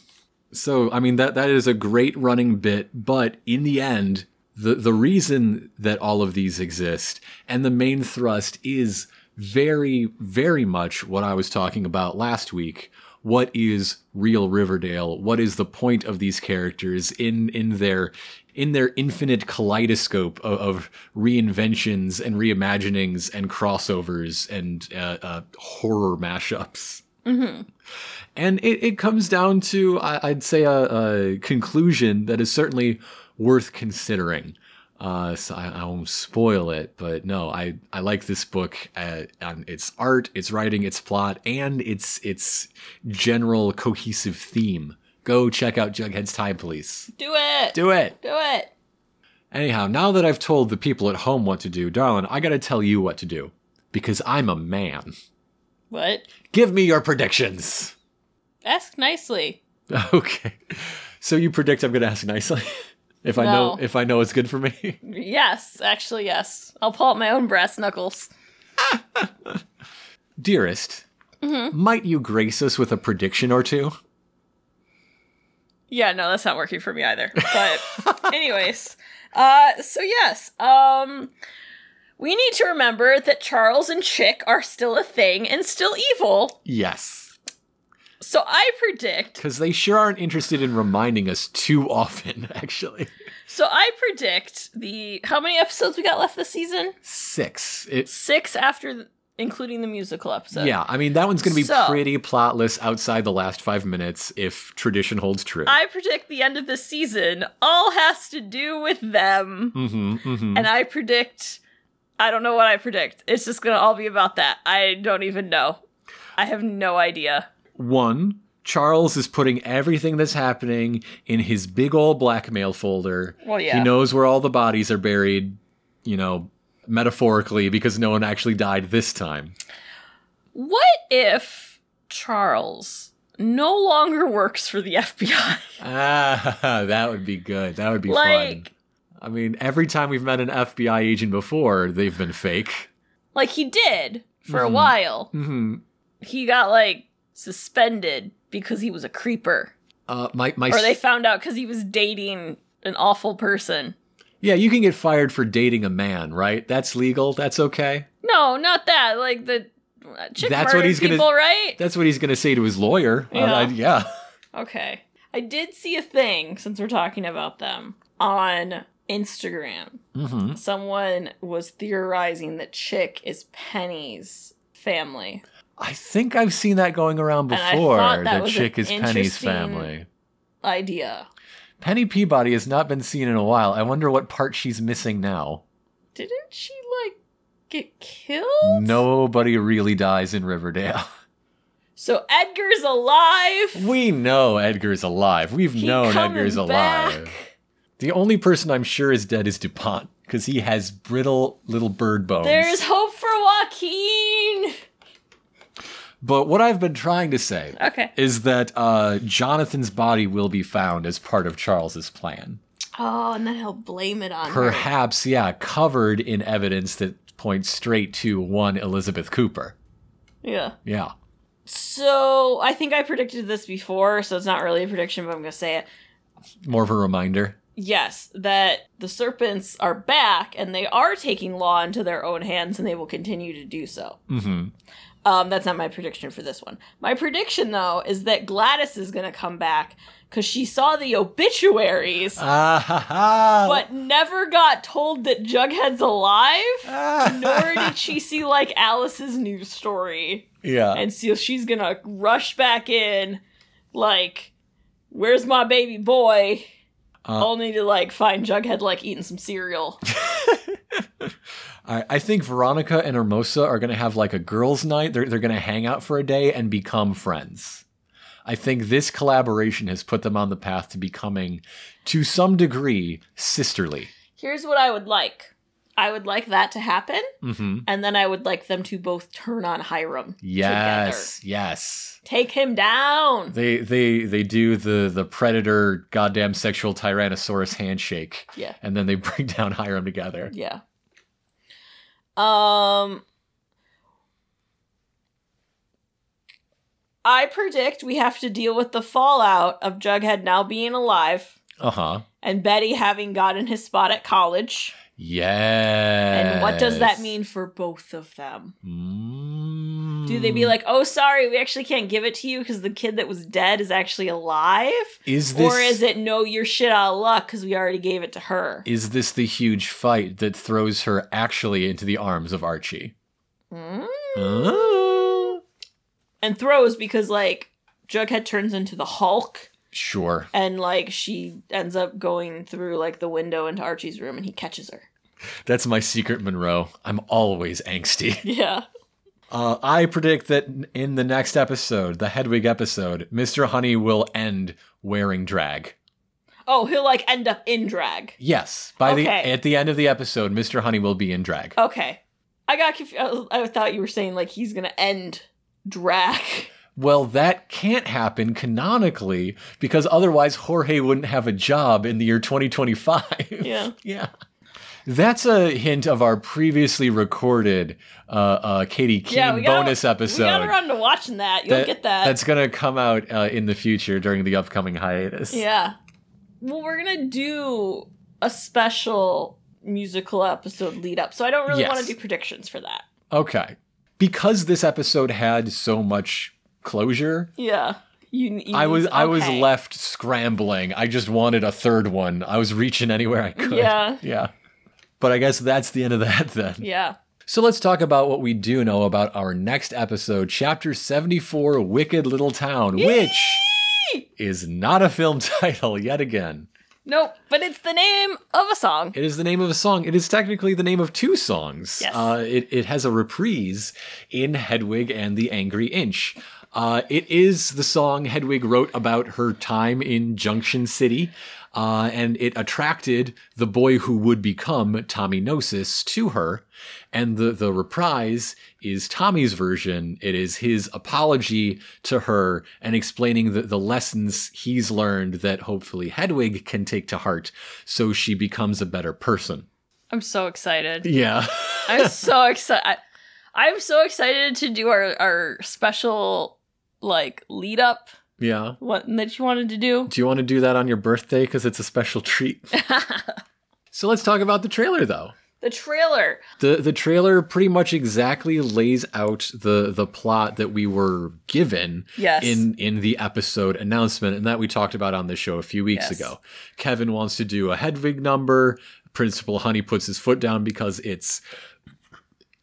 So, I mean, that, that is a great running bit, but in the end, the, the reason that all of these exist and the main thrust is very, very much what I was talking about last week. What is real Riverdale? What is the point of these characters in, in their in their infinite kaleidoscope of, of reinventions and reimaginings and crossovers and uh, uh, horror mashups? And it, it comes down to, I, I'd say, a, a conclusion that is certainly worth considering. Uh, so I, I won't spoil it, but no, I, I like this book uh, on its art, its writing, its plot, and its its general cohesive theme. Go check out Jughead's Time Police.
Do it.
Do it.
Do it.
Anyhow, now that I've told the people at home what to do, darling, I gotta tell you what to do because I'm a man.
What?
Give me your predictions.
Ask nicely.
Okay. So you predict I'm going to ask nicely if I know
No.
if I know it's good for me.
Yes, actually, yes. I'll pull out my own brass knuckles.
Dearest,
Mm-hmm.
might you grace us with a prediction or two?
Yeah, no, that's not working for me either. But anyways, uh so yes, um we need to remember that Charles and Chick are still a thing and still evil.
Yes.
So I predict,
Because they sure aren't interested in reminding us too often, actually.
so I predict the how many episodes we got left this season?
Six. It's
6 after th- including the musical episode.
yeah, I mean, that one's going to be
So-
pretty plotless outside the last five minutes if tradition holds true.
I predict the end of the season all has to do with them.
mm-hmm, mm-hmm.
And I predict I don't know what I predict. It's just going to all be about that. I don't even know. I have no idea.
One, Charles is putting everything that's happening in his big old blackmail folder.
Well,
He
yeah.
knows where all the bodies are buried, you know, metaphorically, because no one actually died this time.
What if Charles no longer works for the FBI?
Ah, that would be good. That would be
like
fun. I mean, every time we've met an FBI agent before, they've been fake.
like he did for a
Mhm.
while.
hmm
He got like suspended because he was a creeper.
Uh, my my.
Or they
s-
found out cuz he was dating an awful person.
yeah, you can get fired for dating a man, right? That's legal. That's okay.
No, not that. Like the uh, chick
That's what
murdered
he's gonna-
people, right?
That's what he's gonna say to his lawyer.
Yeah.
I- I- yeah.
Okay. I did see a thing since we're talking about them on Instagram.
hmm
Someone was theorizing that Chick is Penny's family.
I think I've seen that going around
And I
before.
thought that was an
chick is Penny's
interesting-
family.
Idea.
Penny Peabody has not been seen in a while. I wonder what part she's missing now.
Didn't she like get killed?
Nobody really dies in Riverdale.
So Edgar's alive.
We know Edgar's alive. We've
He
known
coming
Edgar's alive.
back.
The only person I'm sure is dead is DuPont because he has brittle little bird bones.
There's hope for Joaquin.
But what I've been trying to say
Okay.
is that uh, Jonathan's body will be found as part of Charles's plan.
Oh, and then he'll blame it on her.
Perhaps, yeah, covered in evidence that points straight to one Elizabeth Cooper.
Yeah.
Yeah.
So I think I predicted this before, so it's not really a prediction, but I'm gonna say it.
More of a reminder.
Yes, that the serpents are back and they are taking law into their own hands and they will continue to do so.
Mm-hmm.
Um, that's not my prediction for this one. My prediction, though, is that Gladys is going to come back because she saw the obituaries
Ah ha ha!
but never got told that Jughead's alive.
Ah,
Nor did she see, like, Alice's news story.
yeah.
And so she's going to rush back in, like, where's my baby boy?
Uh,
Only to, like, find Jughead, like, eating some cereal.
I, I think Veronica and Hermosa are going to have like a girls' night. They're, they're going to hang out for a day and become friends. I think this collaboration has put them on the path to becoming, to some degree, sisterly.
Here's what I would like. I would like that to happen,
Mm-hmm.
and then I would like them to both turn on Hiram.
Yes, yes.
Together. Take him down.
They they they do the the predator goddamn sexual tyrannosaurus handshake,
Yeah.
and then they bring down Hiram together.
Yeah. Um I predict we have to deal with the fallout of Jughead now being alive
Uh huh.
and Betty having gotten his spot at college.
Yes.
And what does that mean for both of them?
Mm.
Do they be like, "Oh, sorry, we actually can't give it to you because the kid that was dead is actually alive"?
Is this
Or is it no, you're shit out of luck because we already gave it to her?
Is this the huge fight that throws her actually into the arms of Archie?
Mm.
Uh,
And throws because like Jughead turns into the Hulk
sure.
and like she ends up going through like the window into Archie's room and he catches her.
That's my secret, Monroe. I'm always angsty.
Yeah.
Uh, I predict that n- in the next episode, the Hedwig episode, Mr. Honey will end wearing drag.
Oh, he'll like end up in drag.
Yes, by the
Okay.
at the end of the episode, Mr. Honey will be in drag.
Okay. I got confused. I thought you were saying like he's gonna end drag.
Well, that can't happen canonically because otherwise Jorge wouldn't have a job in the year 2025.
Yeah.
yeah. That's a hint of our previously recorded uh, uh, Katie Keene
yeah, we got
bonus episode.
We gotta run to watching that. You'll
That-
get that.
That's gonna come out uh, in the future during the upcoming hiatus.
yeah. Well, we're gonna do a special musical episode lead up, so I don't really
Yes.
want to do predictions for that.
Okay. Because this episode had so much closure,
Yeah. You, you
I was I was
okay.
left scrambling. I just wanted a third one. I was reaching anywhere I could.
Yeah.
Yeah. But I guess that's the end of that then.
Yeah.
So let's talk about what we do know about our next episode, chapter 74, Wicked Little Town, which is not a film title yet again.
Nope, but it's the name of a song.
It is the name of a song. It is technically the name of two songs.
Yes.
Uh, it, it has a reprise in Hedwig and the Angry Inch. Uh, it is the song Hedwig wrote about her time in Junction City, uh, and it attracted the boy who would become Tommy Gnosis to her. And the, the reprise is Tommy's version. It is his apology to her and explaining the, the lessons he's learned that hopefully Hedwig can take to heart so she becomes a better person.
I'm so excited.
Yeah.
I'm so excited. I'm so excited to do our, our special like lead up
Yeah.
one that you wanted to do.
Do you want to do that on your birthday? Because it's a special treat. so let's talk about the trailer, though.
The trailer.
The the trailer pretty much exactly lays out the the plot that we were given
Yes.
in in the episode announcement and that we talked about on the show a few weeks
Yes.
ago. Kevin wants to do a Hedwig number. Principal Honey puts his foot down because it's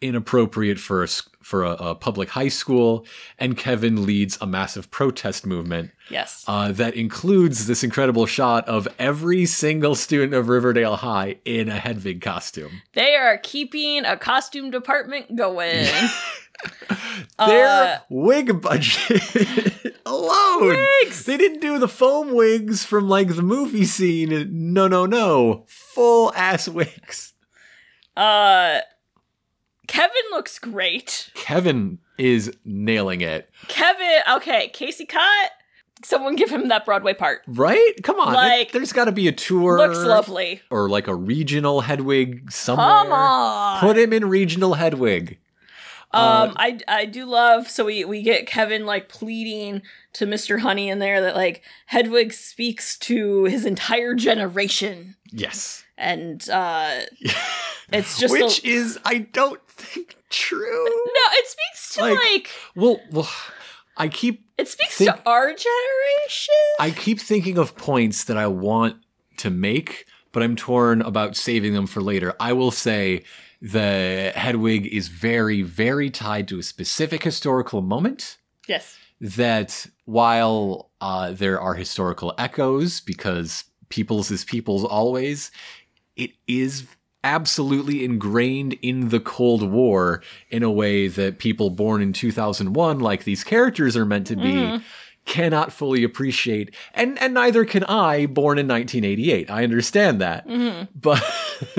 inappropriate for a, s- for a, a public high school and Kevin leads a massive protest movement
yes.
uh, that includes this incredible shot of every single student of Riverdale High in a Hedwig costume.
they are keeping a costume department going. Uh,
Their wig budget alone.
Wigs!
They didn't do the foam wigs from like the movie scene. No, no, no. Full ass wigs.
uh Kevin looks great.
Kevin is nailing it,
Kevin, okay, Casey Cott, someone give him that Broadway part.
right? Come on.
Like,
there's got to be a tour.
Looks lovely.
Or like a regional Hedwig somewhere.
Come on.
Put him in regional Hedwig.
Um,
Uh,
I I do love so we we get Kevin like pleading to Mr. Honey in there that like Hedwig speaks to his entire generation
Yes.
and uh it's just
which
a,
is I don't think true.
no it speaks to like,
like- Well, well, I keep
it speaks
think-
to our generation.
I keep thinking of points that I want to make, but I'm torn about saving them for later. I will say the Hedwig is very, very tied to a specific historical moment.
Yes.
That while uh, there are historical echoes, because peoples is peoples always, it is absolutely ingrained in the Cold War in a way that people born in 2001, like these characters are meant to be, cannot fully appreciate. And, and neither can I, born in 1988. I understand that. But,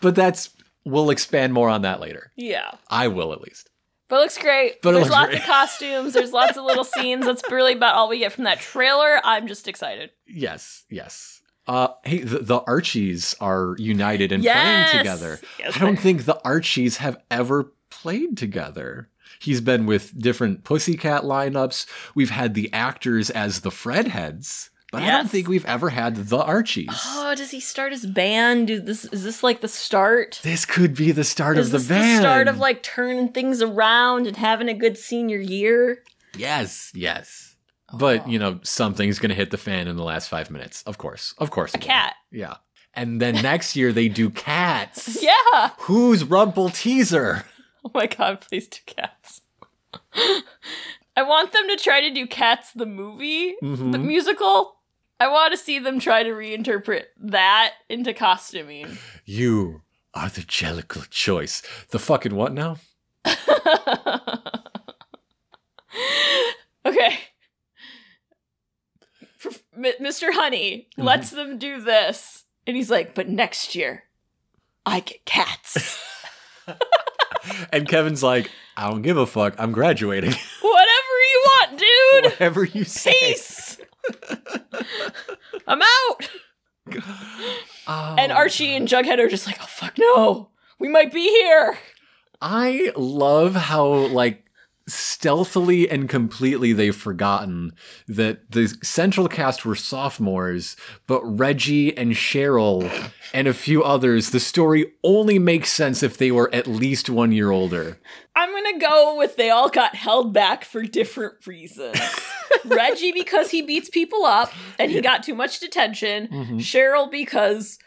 but that's, we'll expand more on that later.
Yeah.
I will at least.
But it looks great.
But it
there's
looks
lots
great.
of costumes, there's lots of little scenes. That's really about all we get from that trailer. I'm just excited.
Yes, yes. Uh, hey, the, the Archies are united and
Yes!
playing together.
Yes,
I don't
they-
think the Archies have ever played together. He's been with different Pussycat lineups. We've had the actors as the Fredheads, but I don't
Yes.
think we've ever had the Archies.
Oh, does he start his band? Dude, this is this like the start?
this could be the start
Is
of the
this
band.
start of like turning things around and having a good senior year?
yes, yes.
Oh,
But you know, something's gonna hit the fan in the last five minutes. Of course, of course.
A cat.
Yeah. And then next year they do cats.
Yeah. Oh
Who's Rumple Teaser?
my god, please do cats. I want them to try to do Cats the movie, the
Mhm.
musical. I want to see them try to reinterpret that into costuming.
You are the jellicle choice. The fucking what now?
okay. Prof- M- Mr. Honey lets
Mm-hmm.
them do this. And he's like, but next year, I get cats.
And Kevin's like, I don't give a fuck. I'm graduating.
Whatever you want, dude.
Whatever you say.
Peace. I'm out.
Oh,
And Archie and Jughead are just like, oh, fuck no. We might be here.
I love how like stealthily and completely they've forgotten that the central cast were sophomores, but Reggie and Cheryl and a few others, the story only makes sense if they were at least one year older.
I'm going to go with they all got held back for different reasons. Reggie because he beats people up and he got too much detention.
Mm-hmm.
Cheryl because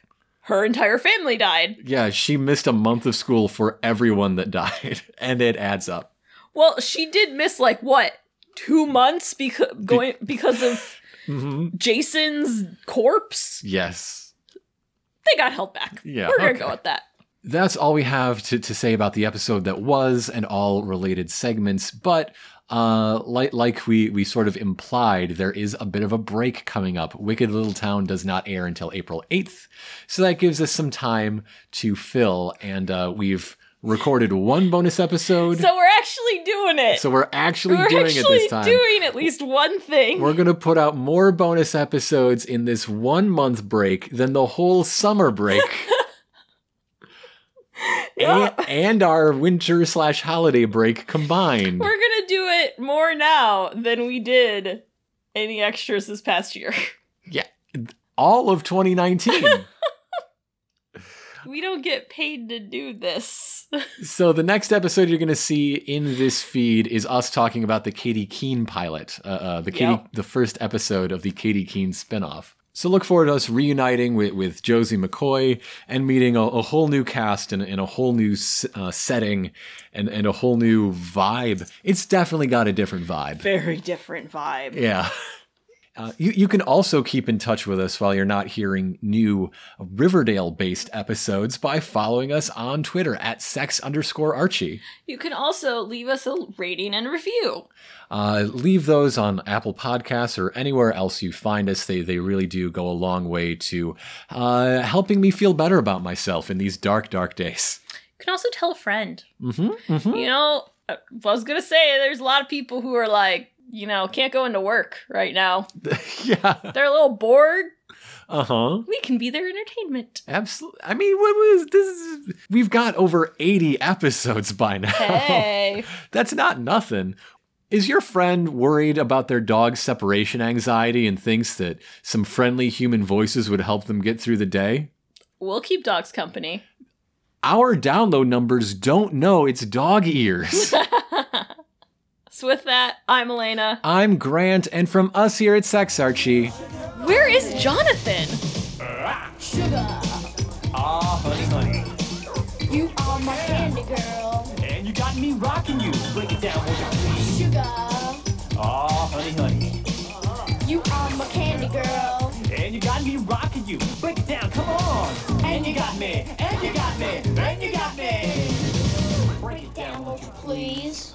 her entire family died.
Yeah, she missed a month of school for everyone that died, and it adds up.
Well, she did miss like what? 2 months because going because of
Mm-hmm.
Jason's corpse.
Yes.
They got held back.
Yeah,
We're going
okay.
to go with that.
that's all we have to, to say about the episode that was and all related segments. But uh, like like we we sort of implied, there is a bit of a break coming up. Wicked Little Town does not air until April eighth, so that gives us some time to fill. And uh, we've recorded one bonus episode, so,
So we're actually doing it.
we're actually
we're
doing
actually
it this time.
doing at least one thing.
we're going to put out more bonus episodes in this one month break than the whole summer break. and,
Yep.
and our winter slash holiday break combined.
We're gonna do it more now than we did any extras this past year.
All of 2019.
We don't get paid to do this.
so the next episode you're going to see in this feed is us talking about the Katie Keene pilot, uh, uh, the Katie,
Yep.
the first episode of the Katie Keene spinoff. So look forward to us reuniting with, with Josie McCoy and meeting a, a whole new cast and, and a whole new s- uh, setting and, and a whole new vibe. It's definitely got a different vibe.
Very different vibe.
Yeah. Uh, you, you can also keep in touch with us while you're not hearing new Riverdale based episodes by following us on Twitter at sex underscore Archie.
You can also leave us a rating and review.
Uh, leave those on Apple Podcasts or anywhere else you find us. They, they really do go a long way to uh, helping me feel better about myself in these dark, dark days.
You can also tell a friend.
hmm hmm
You know, I was gonna say there's a lot of people who are like, you know, can't go into work right now.
yeah.
They're a little bored.
Uh huh.
We can be their entertainment.
Absolutely. I mean, what was this? Is, we've got over 80 episodes by now.
Hey.
That's not nothing. Is your friend worried about their dog's separation anxiety and thinks that some friendly human voices would help them get through the day?
we'll keep dogs company.
Our download numbers don't know it's dog ears.
So with that, I'm Elena.
I'm Grant, and from us here at Sex Archie,
Where is Jonathan?
Sugar,
Ah, honey, honey.
you are my candy girl.
And you got me rocking you. Break it down, will ya please?
Sugar,
Ah, honey, honey.
you are my candy girl.
And you got me rocking you. Break it down, come on. And you got me. And you got me. And you got me. Break it down,
Down,
will
won't
you
you please?